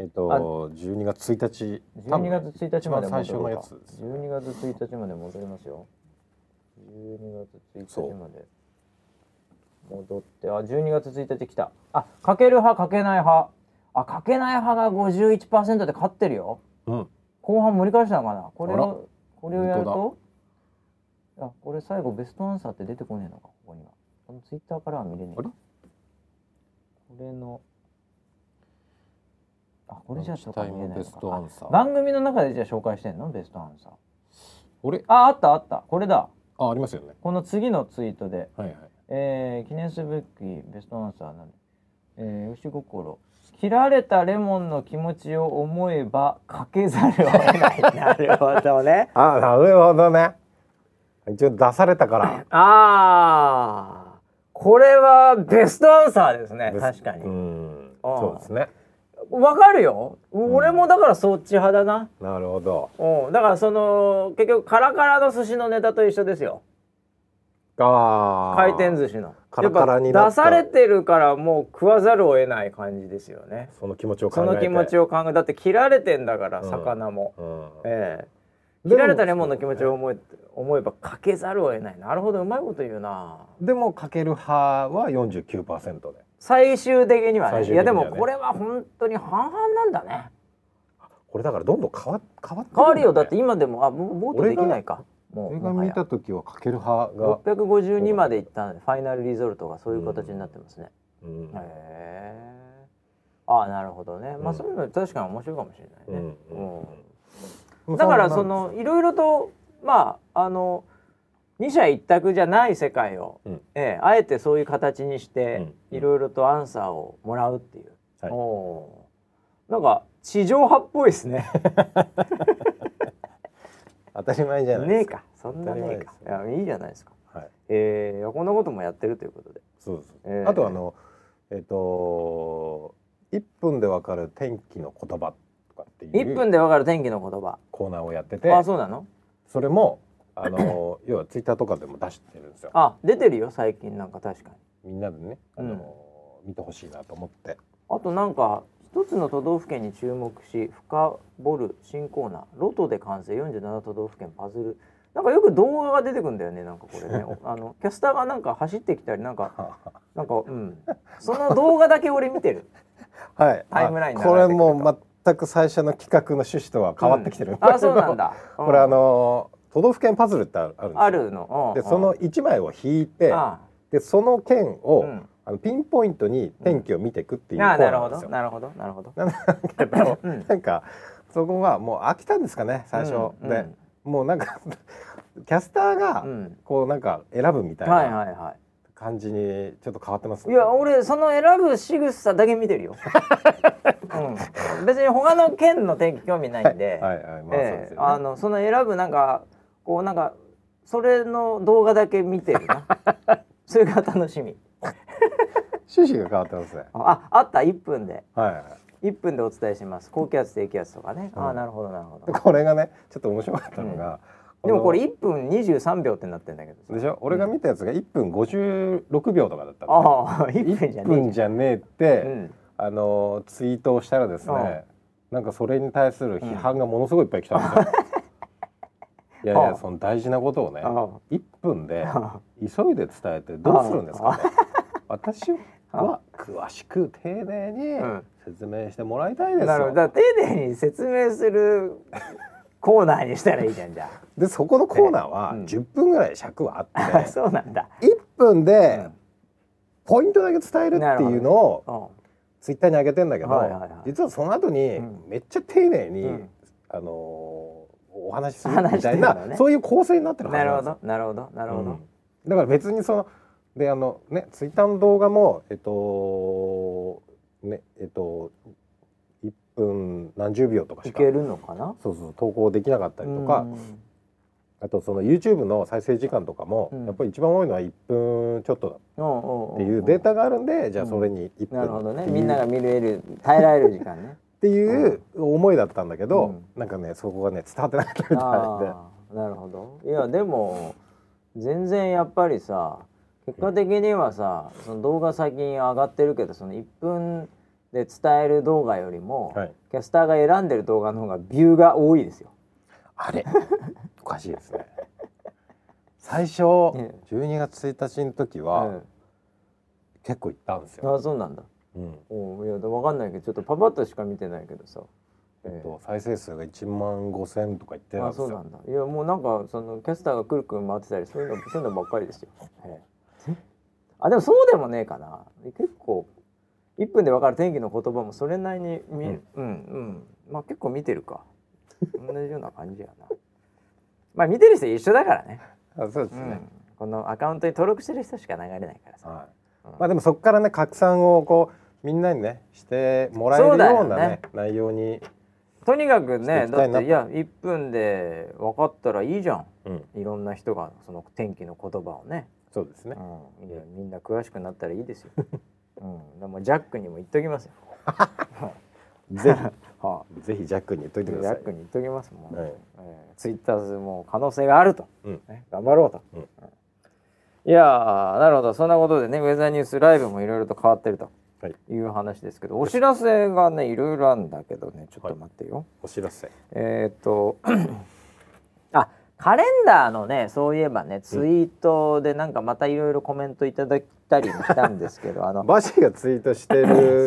えっ、と12月1日
12月1日まで
一番
戻
最初の
る
や
か
つですね
12月1日まで戻りますよ12月1日まで戻ってあ12月1日来たあかける派かけない派あかけない派が51%で勝ってるよ
うん
後半盛り返したのかなこれ
あら
をこれをやる
本
とあこれ最後ベストアンサーって出てこねえのかここにはこのツイッターからは見れねえ
あれ
かこれのあこれじゃちょっと
ラン
見
チ
れな
タイム
いの
ベストア
か
ンサ
あ
ー
番組の中でじゃあ紹介してんのベストアンサー
俺
ああったあったこれだ
あありますよね
この次のツイートで
はいはい
えー記念すべきベストアンサーなんで、えー、吉心切られたレモンの気持ちを思えばかけざるを得ない なるほどね
あなるほどね一応出されたから
ああこれはベストアンサーですね
で
確
す
かに、
うん
あー
そうですね
わかるよ、俺もだからそっち派だな
なるほど
うんだからその結局カラカラの寿司のネタと一緒ですよ
ああ
回転寿司の
カラカラに
やっぱ
な
出
った
されてるからもう食わざるを得ない感じですよね
その気持ちを考
そ
えて
の気持ちを考えだって切られてんだから
うん
魚も、
うん
ええ
でも
切られたレモンの気持ちを思え思えばかけざるを得ないなるほどうまいこと言うな
でもかける派は49%で
最終的にはね
最終的にはね
いやでもこれは本当に半々なんだね
これだからどんどん変わ変わって
変わるよ
んね
だって今でもあもうボートできないかもう
俺が
もは
見
や
た時はかける派が、
652までいったんでファイナルリゾルトがそういう形になってますね、
うん
へえああなるほどねまあ
うん
そういうの確かに面白いかもしれないね、
うん
うんだからそのいろいろとまああの二者一択じゃない世界を、
うん
ええあえてそういう形にして
うん
いろいろとアンサーをもらうっていう、
はい
おーなんか地上波っぽいですね。
当たり前じゃない
ね
で
え
すか、
かそんなねえか
当たり前
いやいいじゃないですか。
はい、
ええこんなこともやってるということで。
そうです、
ええ
あとあのえっ、と1分でわかる天気の言葉とかってい
一
う
分でわかる天気の言葉。
コーナーをやってて
あそうなの？
それもあの要はツイッターとかでも出してるんですよ
あ出てるよ最近なんか確かに。
みんなでねあの、見てほしいなと思って
あとなんか一つの都道府県に注目し深掘る新コーナーロトで完成47都道府県パズルなんかよく動画が出てくるんだよねなんかこ れねおあのキャスターがなんか走ってきたりなんかなんかうんその動画だけ俺見てる
はい
タイムライン
あ
に流
こ
れて
れ
くると
もう全く最初の企画の趣旨とは 変わってきてる、
うんあそうなんだ
これあの都道府県パズルってあるんですよ
あるのうん
でその
うん
1枚を引いて
あ
でその県を、
うん
あのピンポイントに天気を見ていくっていうコ
あ
ー
な
ナ
る
ー
ほ
なんです
ど
よ。
なるほどなるほど
なんだけど、
うん
なんかそこがもう飽きたんですかね最初、
うん
で、もうなんか キャスターが
うん
こうなんか選ぶみたい
はい
な
はいは
感じにちょっと変わってます
い
ね
いや俺その選ぶ仕草だけ見て るよ、うん、別に他の県の天気興味ないんで、
はいはいまあそうで
え
す
えあ
よね。
のその選ぶなんかこうなんかそれの動画だけ見てる なそれが楽しみ
趣旨が変わってますね。
ああった1分で
はいは
1分でお伝えします高気圧低気圧とかね、あ
う
あ
ん
なるほどなるほど
い。これがねちょっと面白かったのが、
でもこれ
の
1分23秒ってなってんだけどさ
でしょ俺が見たやつが1分56秒とかだったのね、
ああ1分じゃ
1
ね
分じゃねえっ
え
て、
うん
あのツイートをしたらですね、なんかそれに対する批判がものすごいいっぱい来たんです よ。いやい
ああ
やその大事なことをね
ああ
1分で
あ
急いで伝えてどうするんですかね私をは詳しく丁寧に
うん
説明してもらいたいですよ。
なるほどだから丁寧に説明するコーナーにしたらいいじゃんじゃ
でそこのコーナーは
ねうん
10分ぐらい尺は
あ、
あって、
そうなんだ、
1分
う
で
ん
ポイントだけ伝えるっていうのを
うん
ツイッターに上げてんだけど、
はいはいはい
実はその後に
うん
めっちゃ丁寧に、
うん
あのーお話しするみたい
話してる
な、
んだね
そういう構成になってるは
な
ず
るほ
んですよ
どなるほどなるほど、
うんだから別にそのであのねツイッターの動画もえっとねえっと1分何十秒とかし
い
か
けるのかな
そうそう投稿できなかったりとか、
うん
あとその YouTube の再生時間とかも、
うん
やっぱり一番多いのは1分ちょっと
おうおうお
だ
う
っていうデータがあるんで、じゃあそれに1分
なるほどね
っていう
みんなが見れる耐えられる時間 ね
っていう思いだったんだけど、
うん
なんかねそこがね伝わってなかったみたいで
ああなるほどいやでも全然やっぱりさ結果的にはさその動画最近上がってるけどその1分で伝える動画よりも、
はい
キャスターが選んでる動画の方がビューが多いですよ。
あれ おかしいですね最初
え
12月1日の時
う
は、
ん、
結構行ったんですよ、
あそうなんだ。
うん
おういやわかんないけどちょっとパパッとしか見てないけどさ。
え
え
っと再生数が1万5千とか言って
え
たん
あ
です
そうな
よ
んだ。いやもうなんかそのキャスターがくるくる回ってたりそういうのそういうのばっかりですよ。 ええあでもそうでもねえかな。結構一分でわかる天気の言葉もそれなりに見、う
う
う
んん、
んまあ結構見てるか。同じような感じやな。まあ見てる人一緒だからね。
あそうで
う
すね、
ん。このアカウントに登録してる人しか流れないからさ。
はいまあでもそこからね拡散をこうみんなにねしてもらえるよ
そ
う
う
な
だよ
ね
ね
内容に、
とにかくね
していき
だ
た
っ
いな
ていや1分で分かったらいいじゃん
うん、
いろんな人がその天気の言葉をね、
そうですね、
うん、いやみんな詳しくなったらいい ですよ、うん、でもジャックにも言っときますよ、
ぜ
は
ひぜひジャックに言っとい
ジ
て
ャ
くだ
ッ
さい
クに言っときますもん、
はい
えーツイッターも可能性があると、
うん
ね、頑張ろうと、
うん
いやーなるほどそんなことでねウェザーニュースライブもいろいろと変わってると
はい
いう話ですけどお知らせがねいろいろあるんだけどねちょっと待ってよ、
お知らせ
えーっと あカレンダーのねそういえばねツイートでなんかまたいろいろコメントいただいたりもしたんですけど あの
バシがツイートして る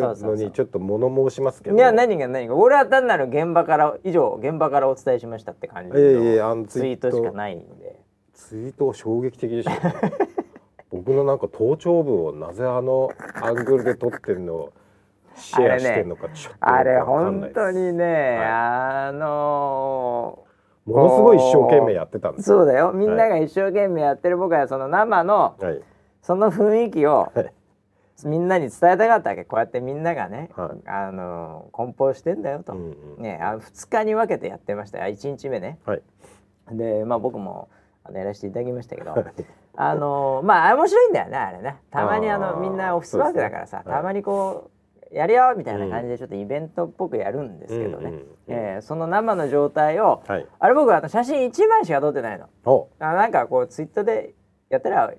そうそう
の
そう
にちょっと物申しますけど
いや何が何が俺は単なる現場から以上現場からお伝えしましたって感じの
いやいやいやあの
ツイート
ツイ
し
ート
かないんで
ツイート衝撃的でした、ね、 僕のなんか頭頂部をなぜあのアングルで撮ってるのをシェアしてんのかちょっと
あれ
よくわか
本
んないです
当にね、
い
あの
ものすごい一生懸命やってたん
ー
ですよ
そうだよみんなが一生懸命やってる僕はその生の
はい
その雰囲気を
はい
みんなに伝えたかったわけこうやってみんながね、
はい
あの梱包してんだよと、
うんうん
ねあ2日に分けてやってましたよあ1日目ね
はい
でまあ僕もあのやらせていただきましたけどあのまあ面白いんだよねあれねたまにあの
あー
みんなオフィスワークだからさ、
そうですねはい
たまにこうやるよみたいな感じでちょっとイベントっぽくやるんですけどね、
うんうんうん
えーその生の状態を、
はい
あれ僕はあの写真1枚しか撮ってないの。
お
あなんかこうツイッタートでやったら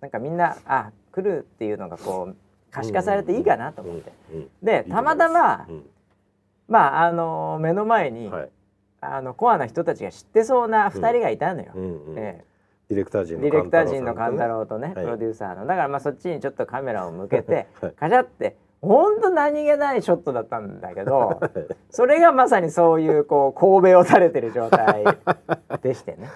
なんかみんなあ来るっていうのがこう可視化されていいかなと思って、
うんうん
でたまたま、
うん
まああの目の前に、
はい
あのコアな人たちが知ってそうな2人がいたのよ、
うんうん
え
ディレクター
え
陣の
ディレクター陣の勘太郎とね、
はい
プロデューサーのだからまあそっちにちょっとカメラを向けて、
はい
カシャってほんと何気ないショットだったんだけ どそれがまさにそういうこう神戸を垂れてる状態でしてね。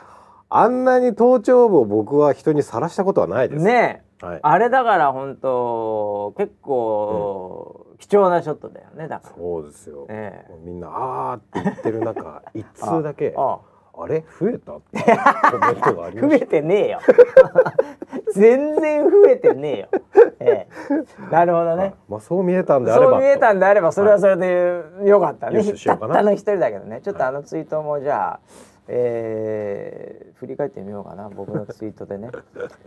あんなに頭頂部を僕は人にさらしたことはない です
ねえ
はい
あれだから本当結構、貴重なショットだよねだから。
そうですよ
ええ
みんなあーって言ってる中一通だけ
あ
あれ増えたってコメントがあ り
増
ま
え
した。
て ねえよ。全然増えてねえよ。ええ、なるほどね。
まあそう見えたんであれば
そう見えた
と
んであればそれはそれでよかったね。
はいよししよう
た
か
っ
な
たの一人だけどね。ちょっとあのツイートもじゃあ、えー振り返ってみようかな僕のツイートで ね。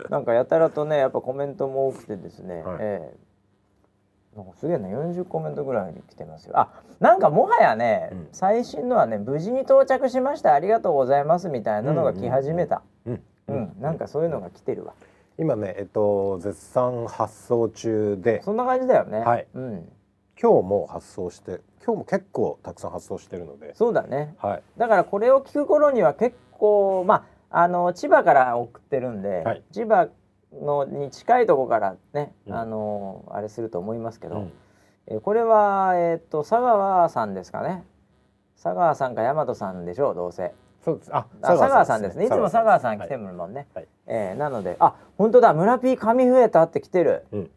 なんかやたらとねやっぱコメントも多くてですね。
はい
ええなんかすげえな40コメントぐらいに来てますよ。あなんかもはやね、
うん
最新のはね無事に到着しましたありがとうございますみたいなのが来始めた。
うん
うん、なんかそういうのが来てるわ。
今ねえっと絶賛発送中で
そんな感じだよね。
はい
うん、
今日も発送して今日も結構たくさん発送してるので
そうだね。
はい
だからこれを聞く頃には結構まああの千葉から送ってるんで、
はい
千葉のに近いとこからね、
うん
あのあれすると思いますけど、
うん
えーこれは、えー、と佐川さんですかね佐川さんか大和さんでしょうどうせ
そうです。あ、
あ佐川さんですねいつも佐川さん来て
も。
るもんね、
はい
えーなのであ本当だ村ピー髪増えたって来てる、
うん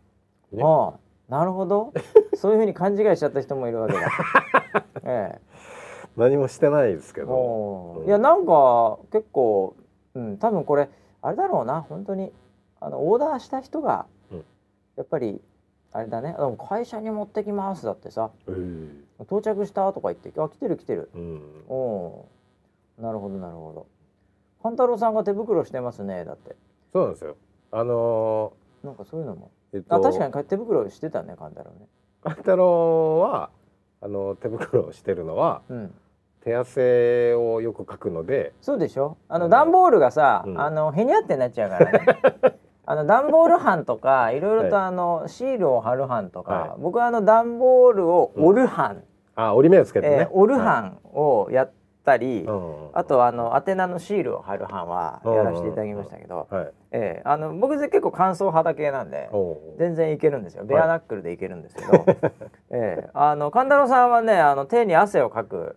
ね
ああなるほ どそういうふうに勘違いしちゃった人もいるわけ だえ
何もしてないですけ
え
ど。
も
う
うんいやなんか結構うん多分これあれだろうな本当にあのオーダーした人が、
うん
やっぱりあれだねでも会社に持ってきますだってさ
えー
到着したとか言ってあ来てる来てる
うん。
おおーなるほどなるほど勘太郎さんが手袋してますねだって
そうなんですよ。あの
なんかそういうのも。
ー、えっと。
あ確かに手袋してたね、カンタロウね。
勘太郎はあの手袋をしてるのは
うん。
手汗をよくかくので、
そうでしょ。あ
う
の
ん
段ボールがさ、
うん
あのへにゃってなっちゃうから ね。あの段ボール班とかいろいろと
は
あの、シールを貼る班とか、
はい
僕はあの段ボールを折る班、
あ折り目をつけてね。
えー折る
は
班をやったり、
い。うん
あとはあの宛名のシールを貼る班はやらせていただきましたけど、
はい。
えーあの僕結構乾燥肌系なんで
お。お。
全然いけるんですよベアナックルでいけるんですけ ど、ええあの神太郎さんはねあの手に汗をかく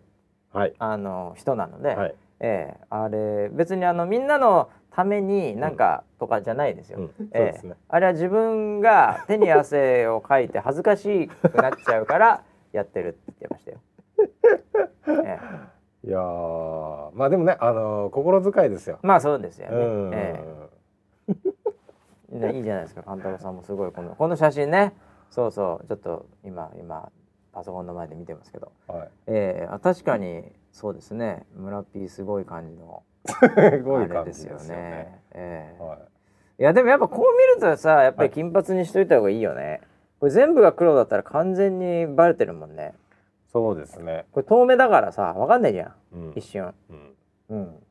はい。
あの人なので、
はい。
ええあれ別にあのみんなのためになんかとかじゃないですよ、
うん。そう
ええ
ですね。
あれは自分が手に汗をかいて恥ずかしくなっちゃうから やってるって言ってましたよ。ええ
いやーまあでもねあのー心遣いですよ。
まあそうですよね。
うん。
ええねいいじゃないですか勘太郎さんもすごいこのこの写真ねそうそうちょっと今今パソコンの前で見てますけど、
はい。
ええあ確かにそうですね村ピーすごい感じの
すご
あ
い
れ
感
で
じですす
よ
よ
ね。
ね。
ええ
はい
やでもやっぱこう見るとさやっぱり
はい
金髪にしといた方がいいよね、これ全部が黒だったら完全にバレてるもんね
そうですね。
これ遠目だからさわかんないじゃん
うん
一。瞬
うん
うん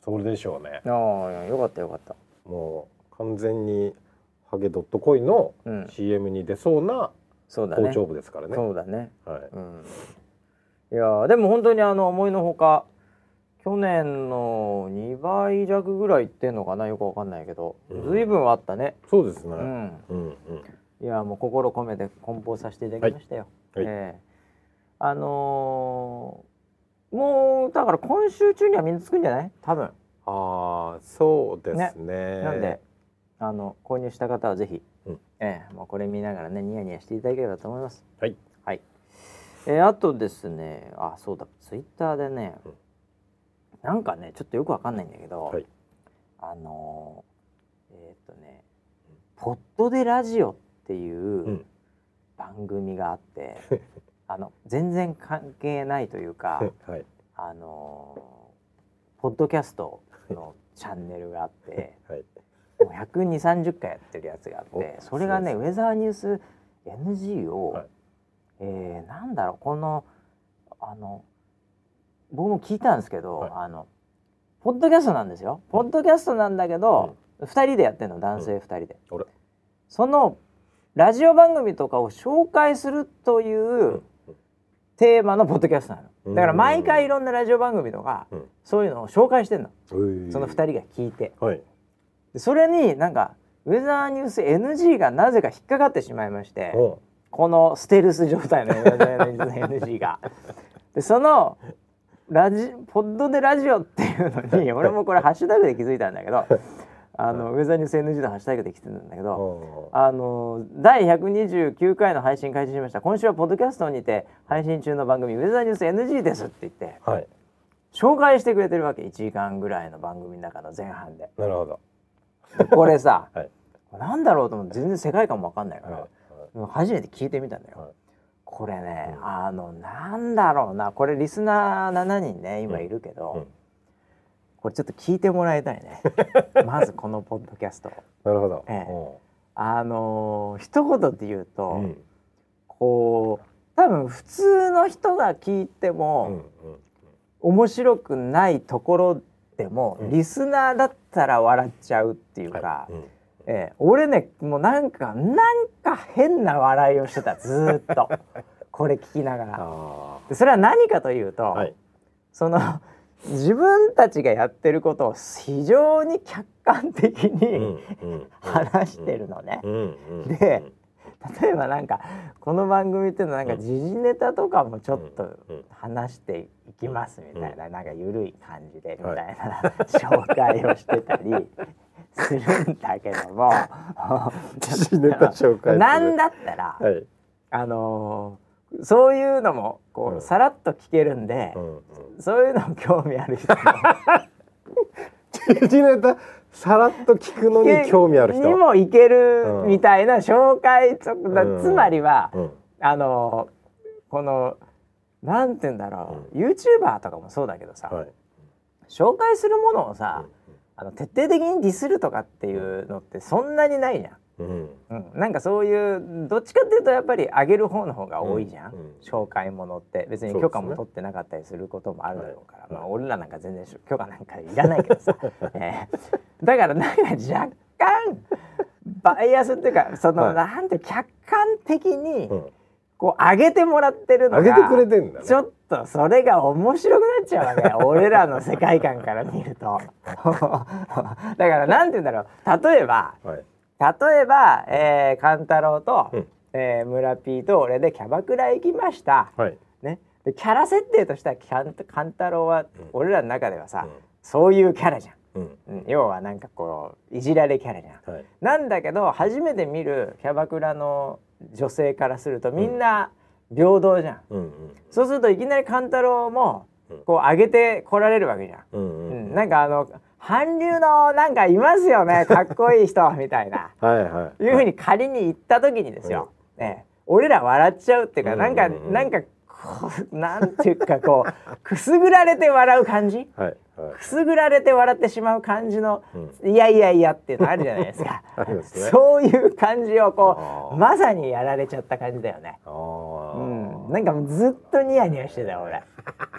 それでしょうね。
ああよかったよかった
もう完全にハゲドットコインの
うん
CM に出そうな
そうだね
頭頂部ですからね。
そうだね
はい。
うんいやーでも本当にあの思いのほか去年の2倍弱ぐらいいってんのかなよくわかんないけど
うん
随分あったね
そうですね。
うん
うんうん。
いやもう心込めて梱包させていただきましたよ。
はいはい
ええあのーもうだから今週中には身につくんじゃない？多分。
ああそうですね。
なんであの購入した方はぜひ、
うん
ええもうこれ見ながらねニヤニヤしていただければと思います。
はい。
はい。えーあとですねあそうだツイッターでね、
うん
なんかねちょっとよくわかんないんだけど、
はい
あのーえーっとね「ポッドでラジオ」っていう。
うん
番組があって あの全然関係ないという か
はい
あのーポッドキャストのチャンネルがあって
はい。
もう1 2 3 0回やってるやつがあって
お
それがね「
そ
ウェザーニュース NG を」
はい
えーなんだろうこのあの僕も聞いたんですけど、
はい
あのポッドキャストなんですよ。ポッドキャストなんだけど、二人でやってるの男性二人で。
あれ
そのラジオ番組とかを紹介するというテーマのポッドキャストなのだから毎回いろんなラジオ番組とか
うん
そういうのを紹介してんのその2
二
人が聞いて
はい。
でそれになんかウェザーニュース NG がなぜか引っかかってしまいまして
お
このステルス状態のウェザーニュース NG がでそのラジポッドでラジオっていう のに俺もこれハッシュタグで気づいたんだけどあのウェザーニュース NG のハッシュタグで気づいたんだけど
お
あの第129回の配信開始しました今週はポッドキャストにて配信中の番組「ウェザーニュース NG です」って言って
はい。
紹介してくれてるわけ1時間ぐらいの番組の中の前半で
なるほど。
これさ、
はい
なんだろうと思って全然世界観も分かんないから、
は
初めて聞いてみたんだよ、
はい
これね
うん
あのなんだろうなこれリスナー7人ね今いるけど、
うんうん
これちょっと聞いてもらいたい ねまずこのポッドキャスト
い。なるほど。
ええあのー一言で言うと、
おううん
こう多分普通の人が聞いて
う
も
んうん。
面白くないところでも、
うん
リスナーだったら笑っちゃうっていうか、
はいうん
ええ俺ねもうなんかなんか変な笑いをしてたずーっ とこれ聞きながら。
あ
でそれは何かというと、
あ。はい。
その自分たちがやってることを非常に客観的
うん
に
うん
話してるのね
う。んうん
で例えばなんかこの番組っていうのはなんか時事ネタとかもちょっと
うんうん
話していきますみたいななんか緩い感じでみたいな紹介をしてたりするんだけど も
時事ネタ紹介する
なんだったら、
はい
あのーそういうのもこう、
うん
さらっと聞けるんで
う、んうん
そういうのも興味ある 人も
時事ネタさらっと聞くのに興味ある人
にもいける
うん
みたいな紹介と、だ
うん
つまりは、
うん
あのこのなんて言うんだろう、ユーチューバーとかもそうだけどさ、
はい
紹介するものをさ、
う
あの徹底的にディスるとかっていうのってそんなにないじゃ
んうん
ん、うん、なんかそういうどっちかっていうとやっぱり上げる方の方が多いじゃん、
うんうん
紹介ものって別に
そうですね
許可も取ってなかったりすることもあるだろうから、まあ俺らなんか全然し許可なんかいらないけどさ、 えーだからなんか若干バイアスっていうかその、
はい
なんて客観的に、
うん
こう上げてもらってるのが
上げてくれてんだね
ちょっとそれが面白くなっちゃ うわけよ俺らの世界観から見ると だからなんて言うんだろう例えば
はい
例えば、えー、勘太郎と、
うん
えー村ピーと俺でキャバクラ行きました、
はい
ね、でキャラ設定としてはキャン勘太郎は俺らの中ではさ、
うん
そういうキャラじゃん
うん
うん要はなんかこういじられキャラじゃん、
はい
なんだけど初めて見るキャバクラの女性からするとみんな平等じゃん、
うんうん
そうするといきなり勘太郎も
うん
こう上げてこられるわけじゃん、
うん
う
うん
んなんかあの韓流のなんかいますよねかっこいい人みたいな
はいはい
いうふうに仮に言った時にですよ、ね、俺ら笑っちゃうっていうか
うん
なんか、
うんうん
なんかこうなんていうかこうくすぐられて笑う感じ
はいはい
くすぐられて笑ってしまう感じの、
う
いやいやいやっていうのあるじゃないですか
ありますね
そういう感じをこ
あ
う
ー
まさにやられちゃった感じだよね
あ
うん、
ー
なんかもうずっとニヤニヤしてたよ俺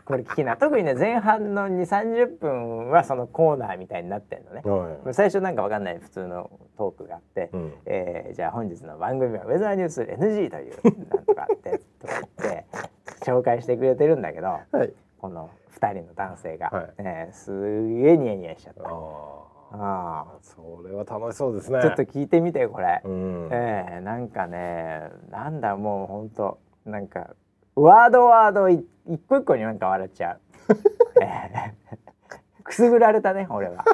これ聞きな特にね前半の2 3 0分はそのコーナーみたいになってんのね
はい
最初なんかわかんない普通のトークがあって、
うん
えーじゃあ本日の番組はウェザーニュース NG というなんとかってとか言って紹介してくれてるんだけ ど
はい
この2人の男性が、
はい
えーすげえニヤニヤしちゃっ
あ
た
あ
あ
それは楽しそうですね
ーちょっと聞いてみてこれ、
うん
ええなんかねなんだもうほんとなんかワードワードい一個一個になんか笑っち ゃう、ええくすぐられたね俺は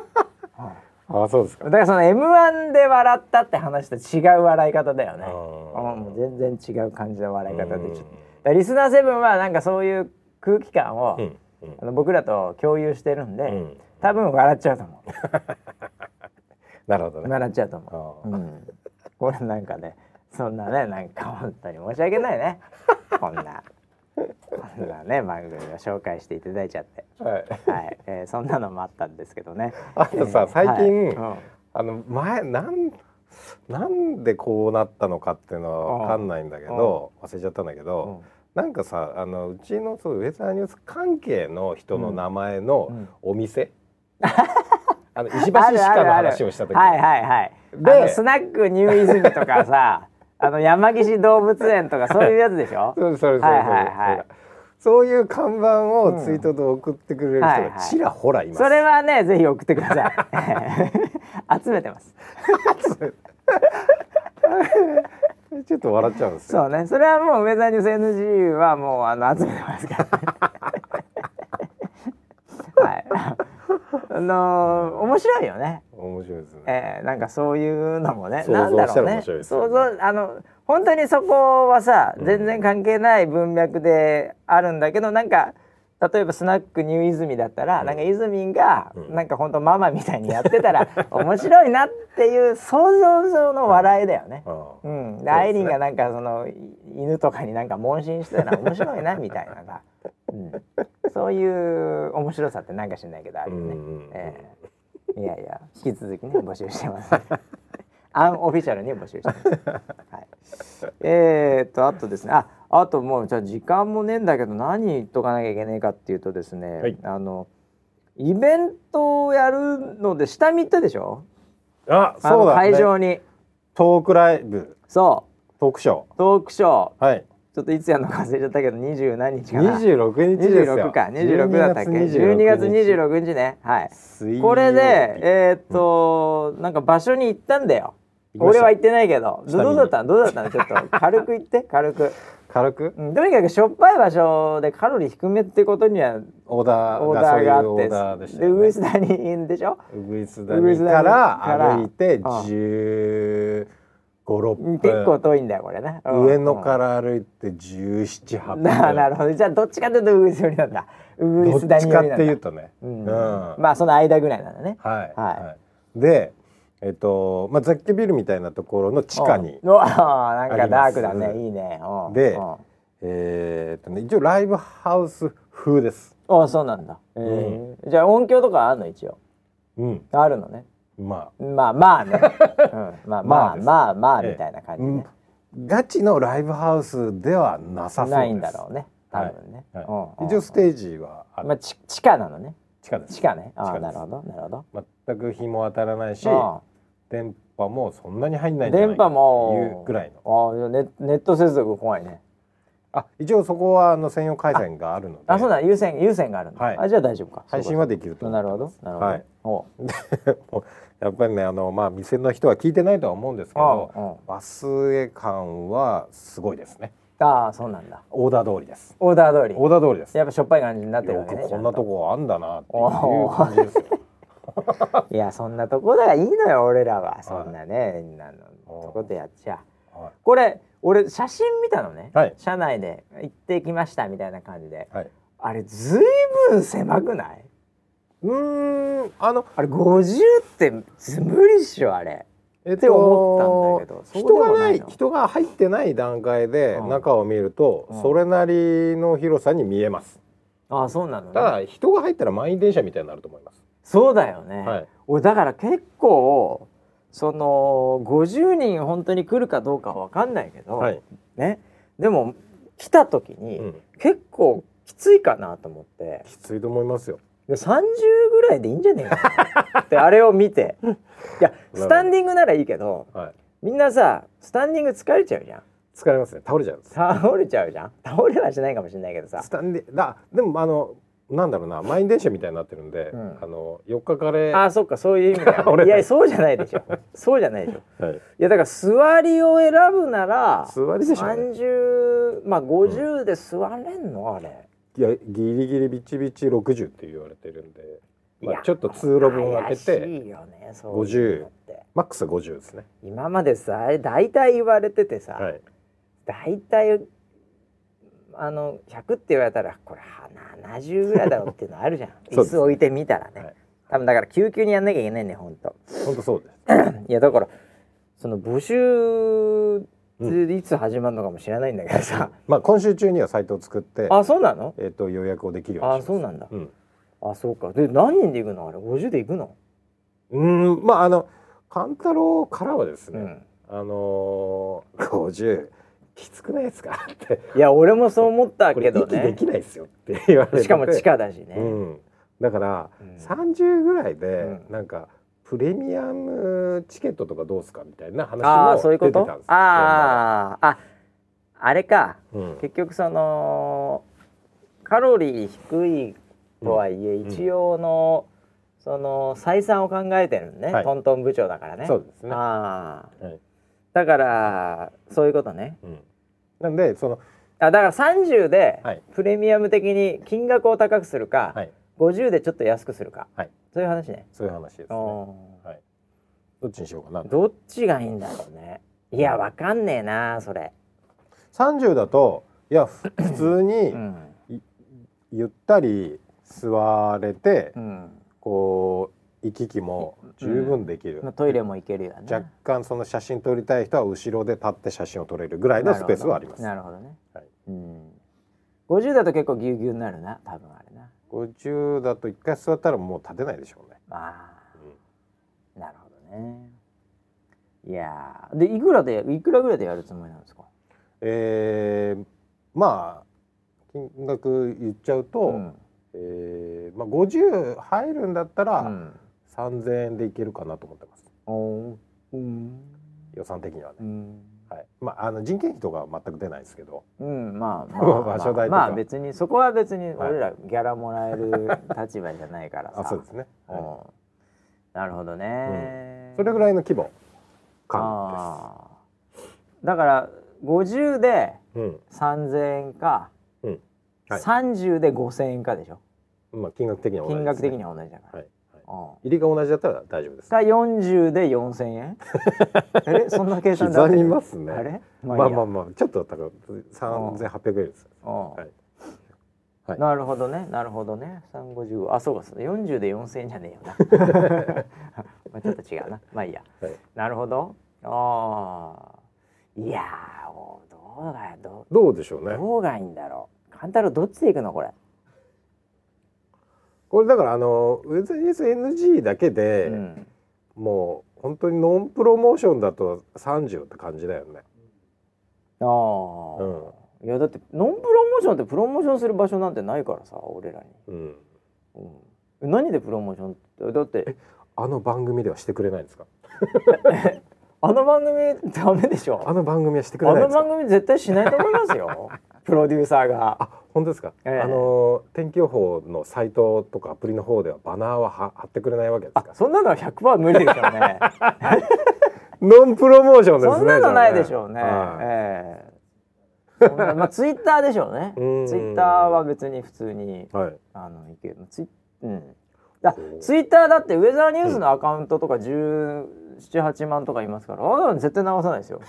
ああそうですか
だからその m 1で笑ったって話と違う笑い方だよね
あー
うんもう全然違う感じの笑い方で
うん
ちょっとだからリスナーセブンはなんかそういう空気感を、
うんうん
あの僕らと共有してるんで、
うん
多分笑っちゃうと思
なるほど
う
ね
笑っちゃうと思う
あ ー
うん、これなんかねそんなねなんか本当に申し訳ないねこんなこんなね番組を紹介していただいちゃって
はい
はい、えー、そんなのもあったんですけど ね
あとさ
えー
最近
はい
あの前なんなんでこうなったのかっていうのは分かんないんだけど忘れちゃったんだけ
うん
ど、なんかさあのうちのそうウェザーニュース関係の人の名前
う
の
ん
お店、 あの石橋
あるあ
歯科の
るある
話をした時
はいはいはい
で
あのスナックニューイズミとか さあの山岸動物園とかそういうやつでしょ
そうそうそうそう、
はいはいはい
そういう看板をツイートで送ってくれる人がちらほらいます、
それはねぜひ送ってください 集めてます
ちょっと笑っちゃうんですよ
そうね、それはもうウェザーニュース NG はもうあの集めてます から、ね。はい。あのー面白いよね。
面白いですね
えー、なんかそういうのもね、
想像
なんだろう
したら面
ね。
白いです
想
よね
像あの本当にそこはさ、全然関係ない文脈であるんだけど、なんか。例えばスナックニューイズミだったら、なんかイズミンが、
うん
なんか本当ママみたいにやってたら 面白いなっていう想像上の笑いだよね。
ああ
うん、で
ね
アイリーンがなんかそのい犬とかになんか問診してたら面白いなみたいなさ、うん、そういう面白さってなんか知んないけどあるよね、
うんうんうん
ええいやいや引き続きね募集して ますアンオフィシャルに募集してます、はい、えー、っとあとですねああともうじゃあ時間もねえんだけど何言っとかなきゃいけないかっていうとですね、
はい
あのイベントをやるので下見行ったでしょ
あ
あの
そうだ、ね、
会場に
トークライブ
そう
トークショ
トークショー
ーはい
ちょっといつやるのか忘れちゃったけど二十何日かな
26日ですよ
26か26だったっけ12月26日ねはい
水曜日
これでえーっと、なんか場所に行ったんだよ
行きまし
俺
た
は行ってないけど
下見に
どうだったのどうだったのちょっと軽く言っ て軽く、
軽く
うん、とにかくしょっぱい場所でカロリー低めってことには
オーダー
オー
がそ
ダ
う
ー
い
が
うオー
あ
ダ
っ
ー
て
でし
で
たよ
上
ね
須田にいんでしょ
ウグイス谷から歩いて
ウグイス谷から
1 5六6
結構
分
遠いんだよこれね、うん
上野
うん
から歩いて1 7 8分
ななるほどじゃあどっちかというとウグイス寄りなんだウグイス
どっ
谷
ち
寄
か
り
っ
なんだ
ていうとね、
うん
うん
まあその間ぐらいなんだね
はい、
はい
いでえっと、まあ、雑居ビルみたいなところの地下に
うん、うわなんかダークだ
あります
ねいいねうん
で
うん
えーっとね、一応ライブハウス風です。
あそうなんだ、えーじゃあ音響とかあるの一応
うん、
あるのね
ま
まあまあ ね、うん、まあま
ま
あ
あです
まあまあ
ええ
みたいな
あ、
感じ
う
ね、
ん、ガチのライブハウスではなさそうです。
ないんだろうね多分ね、
はい
うんうん
一応ステージはある
まあ、ち地下なのね
地下です
地。下ねあ
地
あ
下です
なるほどなるほど
全く日も当たらないし、
う
電波もそんなに入んないんじゃない
電波
か
も
っていうぐらいの。
んああじゃあネネット接続怖いね
あ、一応そこはあの専用回線があるので、
あそうだ優先優先があるんだ、
はい
あじゃあ大丈夫か
配信はできると
そう
思
かな
う。
るほどなるほど、
はい
おう
やっぱりね、あのまあ店の人は聞いてないとは思うんですけど、
あ
バスへ感はすごいですね。
ああそうなんだ
オーダー通りです。
オーダー通り
オーダー通りです。
やっぱしょっぱい感じになってる
よ
わけ
く
ね
こんなとこあんだなってい
お
う
ー
感じですよ。
ちゃんといやそんなとこだがいいのよ俺らはそんなね、みんなのとこでやっちゃ
は
これ俺写真見たのね、
はい
車内で行ってきましたみたいな感じで
い。はい、
あれずいぶん狭くないう
ーん、あの、
あれ50って無理っしょあれ
えっ
って思ったんだけど
人
そうでも
が
な
ないい
の
人が入ってない段階で
うん
中を見ると、
うん
それなりの広さに見えます。
ああそうなの
た
ね
だ人が入ったら満員電車みたいになると思います。
そうだよね、
はい。
俺だから結構その50人本当に来るかどうかは分かんないけど、
はい。
ねでも来た時に、
うん。
結構きついかなと思って
きついと思いますよ。
で30ぐらいでいいんじゃねえかなってあれを見ていやスタンディングならいいけど
はい。
みんなさスタンディング疲れちゃうじゃん
疲れますね。倒れちゃうんです。
倒れちゃうじゃん倒れはしないかもしれないけどさ
スタンディだでもあのなんだろうな満員電車みたいになってるんで、
うん
あの四日かれ、は
あそっかそういう意味だよね、
俺
いやそうじゃないでしょそうじゃないでしょい
い、
やだから座りを選ぶなら
座りでしょ、ね。
30まあ50で座れんのあれ
いやギリギリビチビチ六十って言われてるんで、
い
ま
や
あ、ちょっと通路分分けて。
怪しいよねそういうのって
マックス50ですね。
今までさ大体言われててさ、
はい。
大体あの100って言われたらこれ70ぐらいだろうっていうのあるじゃん、 椅
そうです
子置いてみたらね、
はい
多分だから救急にやんなきゃいけないねほんと
本当そうです。
いやだからその募集
う
いつ始まるのかも知らないんだけどさ、
まあ今週中にはサイトを作って、
あそうなの
えっ、と予約をできるようにし
あ
ます。
そうなんだ、
うん。
あそうかで何人で行くのあれ50で行くの、
うーん、まああの勘太郎からはです
う
ね、
ん、
あのー、50きつくないですかって、
いや俺もそう思った
これ
けど
息で
ね
きないですよって言われて、
しかも地下だしね、
うん。だから
うん
30ぐらいで
うん
なんか。プレミアムチケットとかどうすかみたいな話
ああ
も
そうい
出
うこ
てた
と
んですよ
あーああれか
うん
結局そのカロリー低いとはいえ、
ん
一応の、その採算を考えてるのね、
はい
トントン部長だからね
そうですね。
ああ、
はい
だからそういうことね
うんなんでその
あだから30で
はい
プレミアム的に金額を高くするか、
はい
50でちょっと安くするか、
はい
そういう話ね
そういう話ですね。ど
おー
っちにしようかな。
どっちがいいんだろうねいやわかんねえなそれ、
30だといやふ普通に
うん
ゆったり座れて、
うん
こう行き来も十分できる、
まあトイレも行けるよね
若干その写真撮りたい人は後ろで立って写真を撮れるぐらいのスペースはあります
なるほどね、
はい
うん50だと結構ぎゅうぎゅうになるな多分あれな
50だと一回座ったらもう立てないでしょうね、
まあ
うん
なるほどねいやーでいくらでいくらぐらいでやるつもりなんですか
えーまあ金額言っちゃうと、
ん
えーまあ、50入るんだった
う
ら
ん
3,000円でいけるかなと思ってます
おーうん
予算的にはね、
うん
はいまあ、あの人件費とかは全く出ないですけど
うんまあ
場所代とか
まあ別にそこは別に俺らギャラもらえる立場じゃないからさ
あそうですね、
う
はい
んなるほどね、
それぐ
い
らいの規模感
だから50で
です、
3000円か、
うんはい
30で5000円かでしょ
うんまあ、金額的には同じ
金
です
額
ね、
的には同じだから、
はい、はい、
うん
入りが同じだったら大丈夫です
が40で4000円 あれそんな計算だ
刻みますね
あれま
ま
あ
あ
いいや
まあまあちょっと高く3800円です
うん
はいはい
なるほどねなるほどね350あそうかそうだ40で4000円じゃねえよ なまあちょっと違うなまあいいや、
はい
なるほどああいやーおどうがど
どうでしょうね
どうがいいんだろう勘太郎どっちで行くのこれ、
これだからあのウェザーニュース NG だけで、
うん
もう本当にノンプロモーションだと30って感じだよね
ああ、いやだってノンプロモーションってプロモーションする場所なんてないからさ俺らに、
うん
うん、何でプロモーションってだって
あの番組ではしてくれないんですか
あの番組ダメでしょ
あの番組はしてくれ
あ
ないん
の
ですか
番組絶対しないと思いますよ プロデューサーが
あ本当ですか、
ええ
あの天気予報のサイトとかアプリの方ではバナーはは貼ってくれないわけです
あ
か
そんなのは100%無理でしょうね
ノンプロモーションですね
そんなのないでしょうね
じゃあねはい
ええそんなまあツイッターでしょうね
うん
ツイッターは別に普通に
はい
あのいけるツイうんだ
こう
ツイッターだってウェザーニュースのアカウントとか1718万とかいますから、あんなの絶対流さないですよ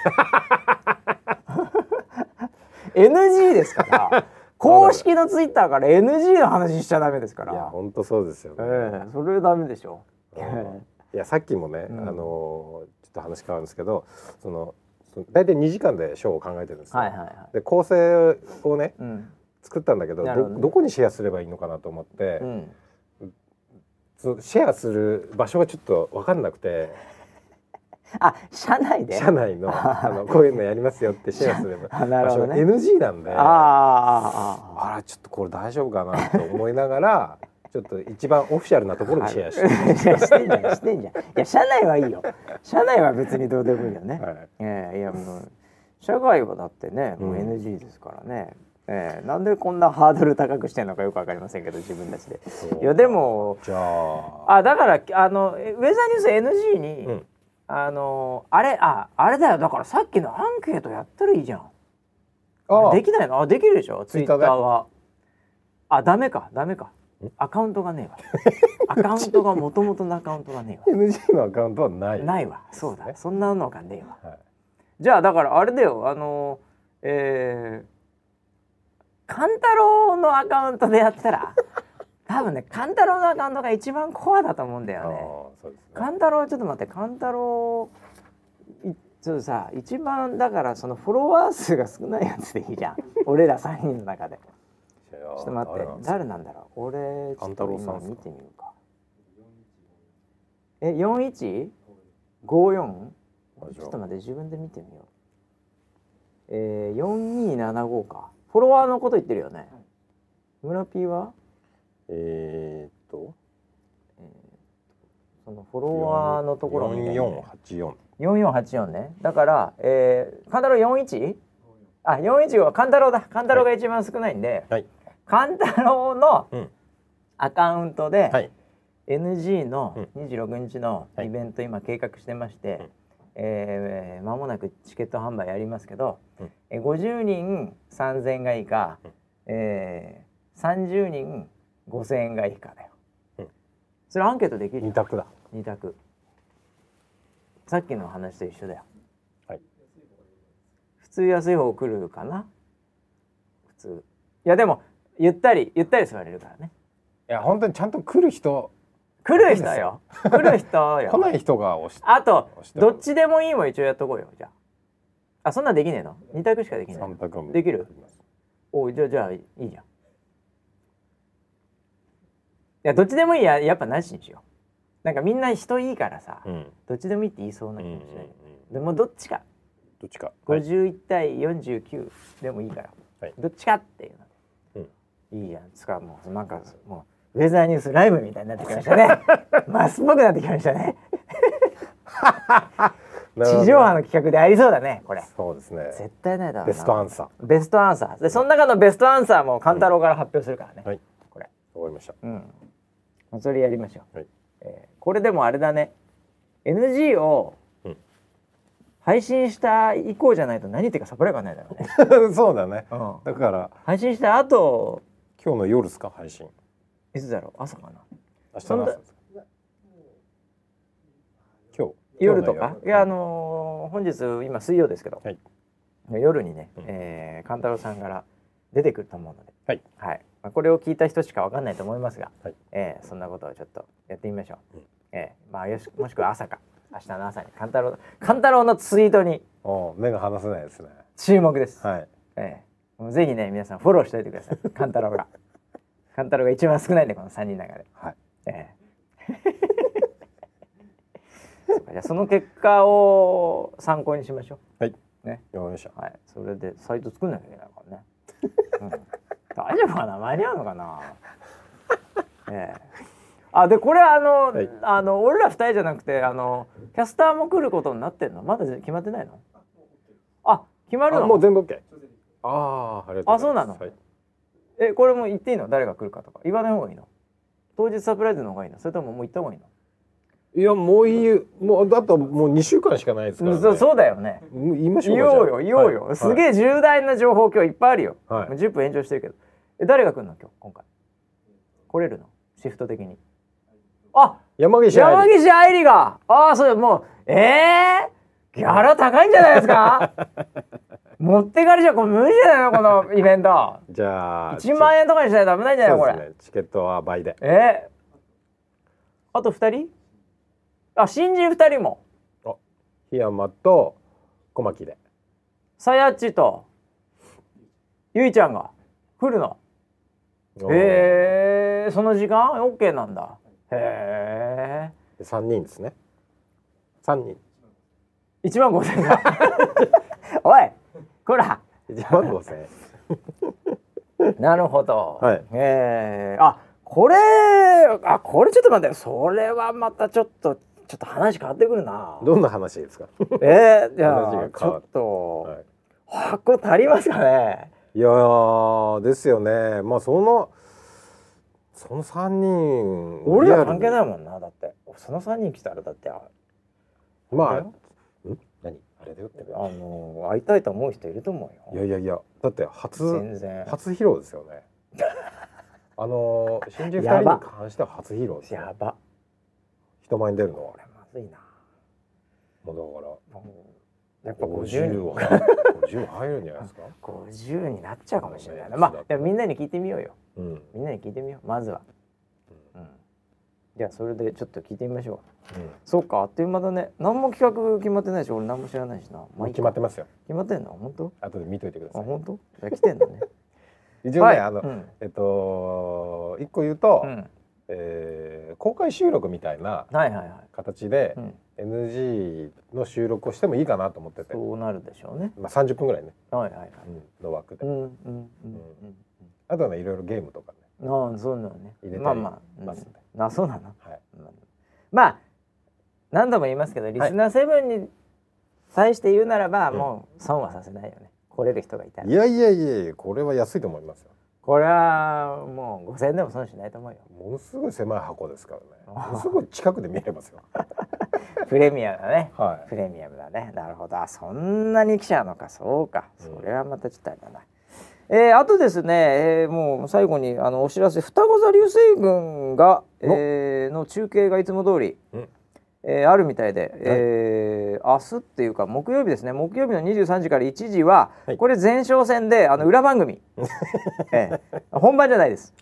NG ですから公式のツイッターから NG の話しちゃダメですか
いや
ら、
本当そうですよね、
ええそれダメでしょ
うんいやさっきもね、
うん
あのーちょっと話変わるんですけどそのその大体2時間でショーを考えてるんですよ。
はいはいはい
で構成をね
うん
作ったんだけど
な
ど
るほどね
どこにシェアすればいいのかなと思って、
うん
そのシェアする場所がちょっと分かんなくて
あ社内で
社内 のあのこういうのやりますよってシェアすれば
あな
場
るほ
所
ど
が
ね
NG なんで
ああ
あ
あああ
らちょっとこれ大丈夫かなと思いながらちょっと一番オフィシャルなと ころにシェアして、はい
いやしてんじゃんしてんじゃんいや社内はいいよ社内は別にどうでもいいよね、ええいやもう社外はだってねもう
うん
NG ですからね、ええなんでこんなハードル高くしてるのかよくわかりませんけど自分たちで
そう
いやでも
じゃあ
あだからあのえウェザーニュース NG に、
うん
あのあれああれだよだからさっきのアンケートやったらいいじゃん
あ
できないのあできるでしょツイッタ
Twitter
ー
で
はあダメかダメかアカウントがねえ わアカウントがもともとのアカウントがねえ
NG のアカウントはない
わないわそうだそんなのがねえわ
はい
じゃあだからあれだよあのえー、カンタロウのアカウントでやったら多分ねカンタロウのアカウントが一番コアだと思うんだ
ああ
よ
そうで
ね。
すね
カンタロウちょっと待ってカンタロウいちょっとさ一番だからそのフォロワー数が少ないやつでいい じゃん俺ら3人の中で。
ち
ち
ょ
ょっと待って誰なんだろう俺ちょっと今
勘太郎さんっすか
見てみようか。え四一五四ちょっと待って自分で見てみよう。えー、4275か。フォロワーのこと言ってるよね。村 P は
えー、っと
そのフォロワーのところを見て
4484
4484ね。だから、えー、カンタロウ 41? あ、415はカンタロウだ。カンタロウが一番少ないんで、
はい
カンタロウの
うん
アカウントで、
はい
NG の26日のイベント今計画してまして、
うん
えー間もなくチケット販売やりますけど、
うん
えー50人3,000円がいいか、
うん
えー、30人5,000円がいいかだよ、
うん
それアンケートできる
二択だ
2択さっきの話と一緒だよ
はい
普通安い方来るかな普通いやでもゆったりゆったり座れるからね
いや本当にちゃんと来る人
来る人よ来る人よ
来 ない人が押して
あと
押しても
どっちでもいいも一応やっとこうよじゃああそんなんできねえの二択しかできない
三択も
できるおうじゃあじゃあいいじゃんいやどっちでもいいややっぱなしにしようなんかみんな人いいからさ、
うん
どっちでもいいって言いそう
う
なん気
うんうん
もしない、でもどっちか
どっちかはい
51対49でもいいから、
はい
どっちかっていうの、いいじゃんつかもうなんかもうウェザーニュースライブ みたいになってきましたねマスっぽくなってきましたね
なるほ
地
ど
上波の企画でありそうだねこれ
そうですね
絶対ないだろうな
ベストアンサー
ベストアンサーでその中のベストアンサーも勘太郎から発表するからね、
はい
これ
わかりました
うんそれやりましょう、
はい
えーこれでもあれだね NG を
うん
配信した以降じゃないと何言ってるかサプライがないだろ うね、
そうだね
うん
だから
配信した後
今日の夜ですか配信
いつだろう朝かな
明日の朝ですか今日
夜とかいやあ
の
のー本日今水曜ですけど、
はい
夜にね、
うん
えー、勘太郎さんから出てくると思うので、
はい
まあ、これを聞いた人しかわかんないと思いますが、
はい
えーそんなことをちょっとやってみましょう、
うん
えーまあ、よしもしくは朝か明日の朝に勘太郎勘太郎のツイートに
お目が離せないですね
注目です、
はい
えーもうぜひね皆さんフォローしておいてくだ さい勘太郎が勘太郎が一番少ないんでこの3人の中で。
はい
え えそうかじゃあその結果を参考にしましょ
はい。
ね。
わかりました。
う。はい。それでサイト作んなきゃいけないからね。 うん、大丈夫かな間に合うのかな。ええあでこれあの、
はい
あの俺ら二人じゃなくてあのキャスターも来ることになってんのまだ決まってないのあ決まる
あもう
の
全部 OK。ああ、ありがとうございます。
あそうなの
はい、
えこれもう言っていいの誰が来るかとか言わない方がいいの当日サプライズの方がいいのそれとももう言った方がいいの
いやもういいもうだともう二週間しかないですから、ね。
そうそうだよね
もう言いましょう
言
か。
おうよ
じ
言
ゃあ
おうよ、
はい
すげえ重大な情報今日いっぱいあるよ、
はい
もう10分延長してるけどえ誰が来るの今日今回来れるのシフト的にあ
山岸愛理
山岸愛理がああそれもうえー、ギャラ高いんじゃないです か持ってかれちゃうこれ無理じゃないのこのイベント
じゃ あ
1万円とかにしないと危ないんじゃないのこれ、
そうですね。チケットは倍で。
えー、あと2人あ新人2人も
檜山と小牧で。
さやっちとゆいちゃんが来るのへえその時間 OK なんだへ
え。三人ですね。三 人。
え1万5千円 おいこら
一万五千円。
なるほど、
はい
えーあこれあこれちょっと待ってそれはまたちょっとちょっと話変わってくるな
どんな話です か。
えー、じゃ
話が変わ
あ
る
ちょっと、
はい
箱足りますかね
いやーですよね。まあそのその三人。
俺ら関係
い。
ないもんなだってその3人来たらだってあ
まあ。ん何あれだよって
あ。の会いたいと思う人いると思う
い
よ
やいやいやだって初
全然
初披露ですよ ねあのー新人2
や
人
ば
に関しては初披露ですね
やば
人前に出るのは
これまずいな
も
もうやっ
うだか
ぱ
ら
50人
は50入るんじゃないですか、
50になっちゃうかもしれないな
そうね
まあでもみんなに聞いてみようよ
うんうん
みんなに聞いてみようまずは、うん、じゃあそれでちょっと聞いてみましょうそうかあっという間だね何も企画決まってないし俺何も知らないしな、
もう
まあ、
決まってますよ
決まってんの本当
後で見といてくだ
あ
さい
本当じゃあ来てんのね
一応ね、あの、
うん
えっと一個言うと、
うん
えー公開収録みたいな
はいはいはい、
形で
う、ん、
NG の収録をしてもいいかなと思ってて、
そうなるでしょうね
まあ、30分ぐらいね、
はいはいはい
の枠で、
うんうんうんうん
あとはねいろいろゲームとかね
うんああそうなのね
入れたり
まあまあ、
ますんで
うん、あそうなの
はい
まあ何度も言いますけどリスナーセブンに対して言うならば、
うん
もう損はさせないよね来れる人がいたら
いやいやいやいやこれは安いと思いますよ
これはもう5,000円でも損しないと思うよ
ものすごい狭い箱ですからね
あー
ものすごい近くで見れますよ
プレミアムだね
は
プレミアムだねなるほどあそんなに来ちゃうのかそうか
うん
それはまたちょっとあれだな、えーあとですね、えーもう最後にあのお知らせ双子座流星群が、
お
えーの中継がいつも通り、
うん
えーあるみたいで、えー明日っていうか木曜日ですね木曜日の23時から1時は、
はい
これ前哨戦であの裏番 組、ええ本番じゃないです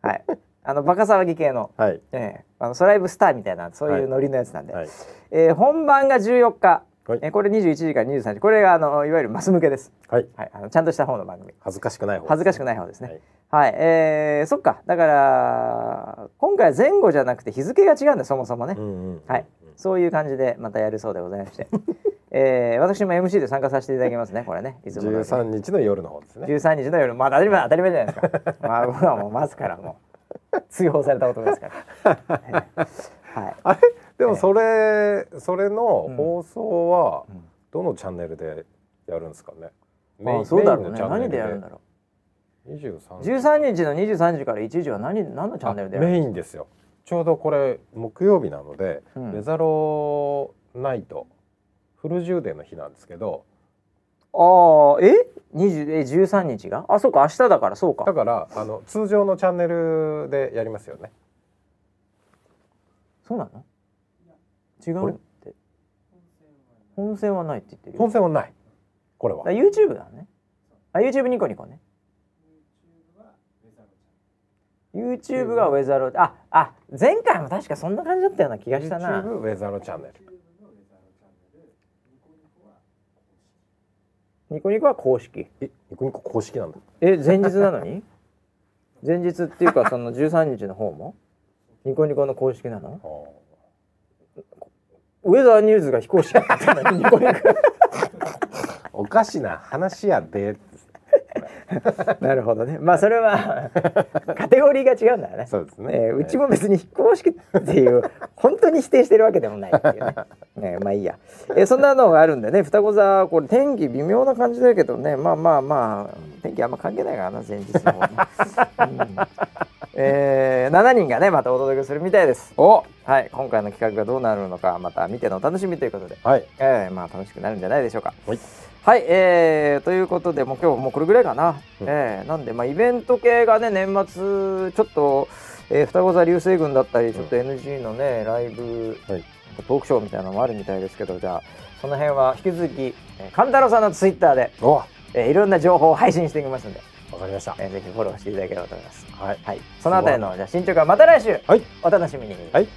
はいあのバカ騒ぎ系の,、
はい
ええあのソライブスターみたいなそういうノリのやつなんで、
はい
えー本番が14日、
はい
えーこれ21時から23時これがあのいわゆるマス向けです、
はい
はい、あのちゃんとした方の番組
恥ずかしくない方
恥ずかしく
ない
ない方ですねはい、えーそっかだから今回は前後じゃなくて日付が違うんだそもそもね、
うんうん
はいそういう感じでまたやるそうでございま して、えー私も MC で参加させていただきますねこれねいつも通り
十三日の夜の方ですね
13日の夜まあ当たり前当たり前じゃないです かまあ僕 はもうマスからもう追放された男ですからはい
あれでもそれ、それの
うん
放送は
うん
どのチャンネルでやるんですかね。
あそうだろうね
メインのチャンネ
何
ル
でやるんだろ
二十三
う13日の23時から1時は何何のチャンネルでやる
メインですよ。ちょうどこれ木曜日なので、
うん
レザロナイトフル充電の日なんですけど、
ああえ20え13日があそうか明日だからそう
だ
か
からあの通常のチャンネルでやりますよね。
そうなの違うって本線はないって言ってるよ
本戦はない。これは
だから YouTube だねあ YouTube ニコニコね YouTube がウェザロああ前回も確かそんな感じだったような気がしたな
YouTube ウェザロチャンネル。
ニコニコは公式
えニコニコ公式なんだ。
え前日なのに 前日っていうかその13日の方もニコニコの公式なの
あー
ウェザーニューズが非公式だったのにニコニコ
おかしな話やで。
なるほどねまあそれ はカテゴリーが違うんだよね
そうですね。
えーうちも別に非公式っていう本当に否定してるわけでもないっていうね ねまあいいや、えーそんなのがあるんでね双子座これ天気微妙な感じだけどねまあまあまあ天気あんま関係ないからな前日の方 ね、うんえー7人がねまたお届けするみたいです
お
はい今回の企画がどうなるのかまた見てのお楽しみということで、
はい。
えーまあ楽しくなるんじゃないでしょうか
はい。
はい、えー、ということで、もう今日もうこれぐらいかな。
うん
えーなんで、まあ、イベント系がね、年末、ちょっと、えー、双子座流星群だったり、ちょっと NG のね、ライブ、
はい
トークショーみたいなのもあるみたいですけど、じゃあ、その辺は引き続き、えー、勘太郎さんのツイッターで、
おわ
えーいろんな情報を配信していきますので、
かりました。
えーぜひフォローしていただければと思います。
はい。
はい、そのあたりの、じゃあ進捗はまた来週、
はい
お楽しみに。
はい。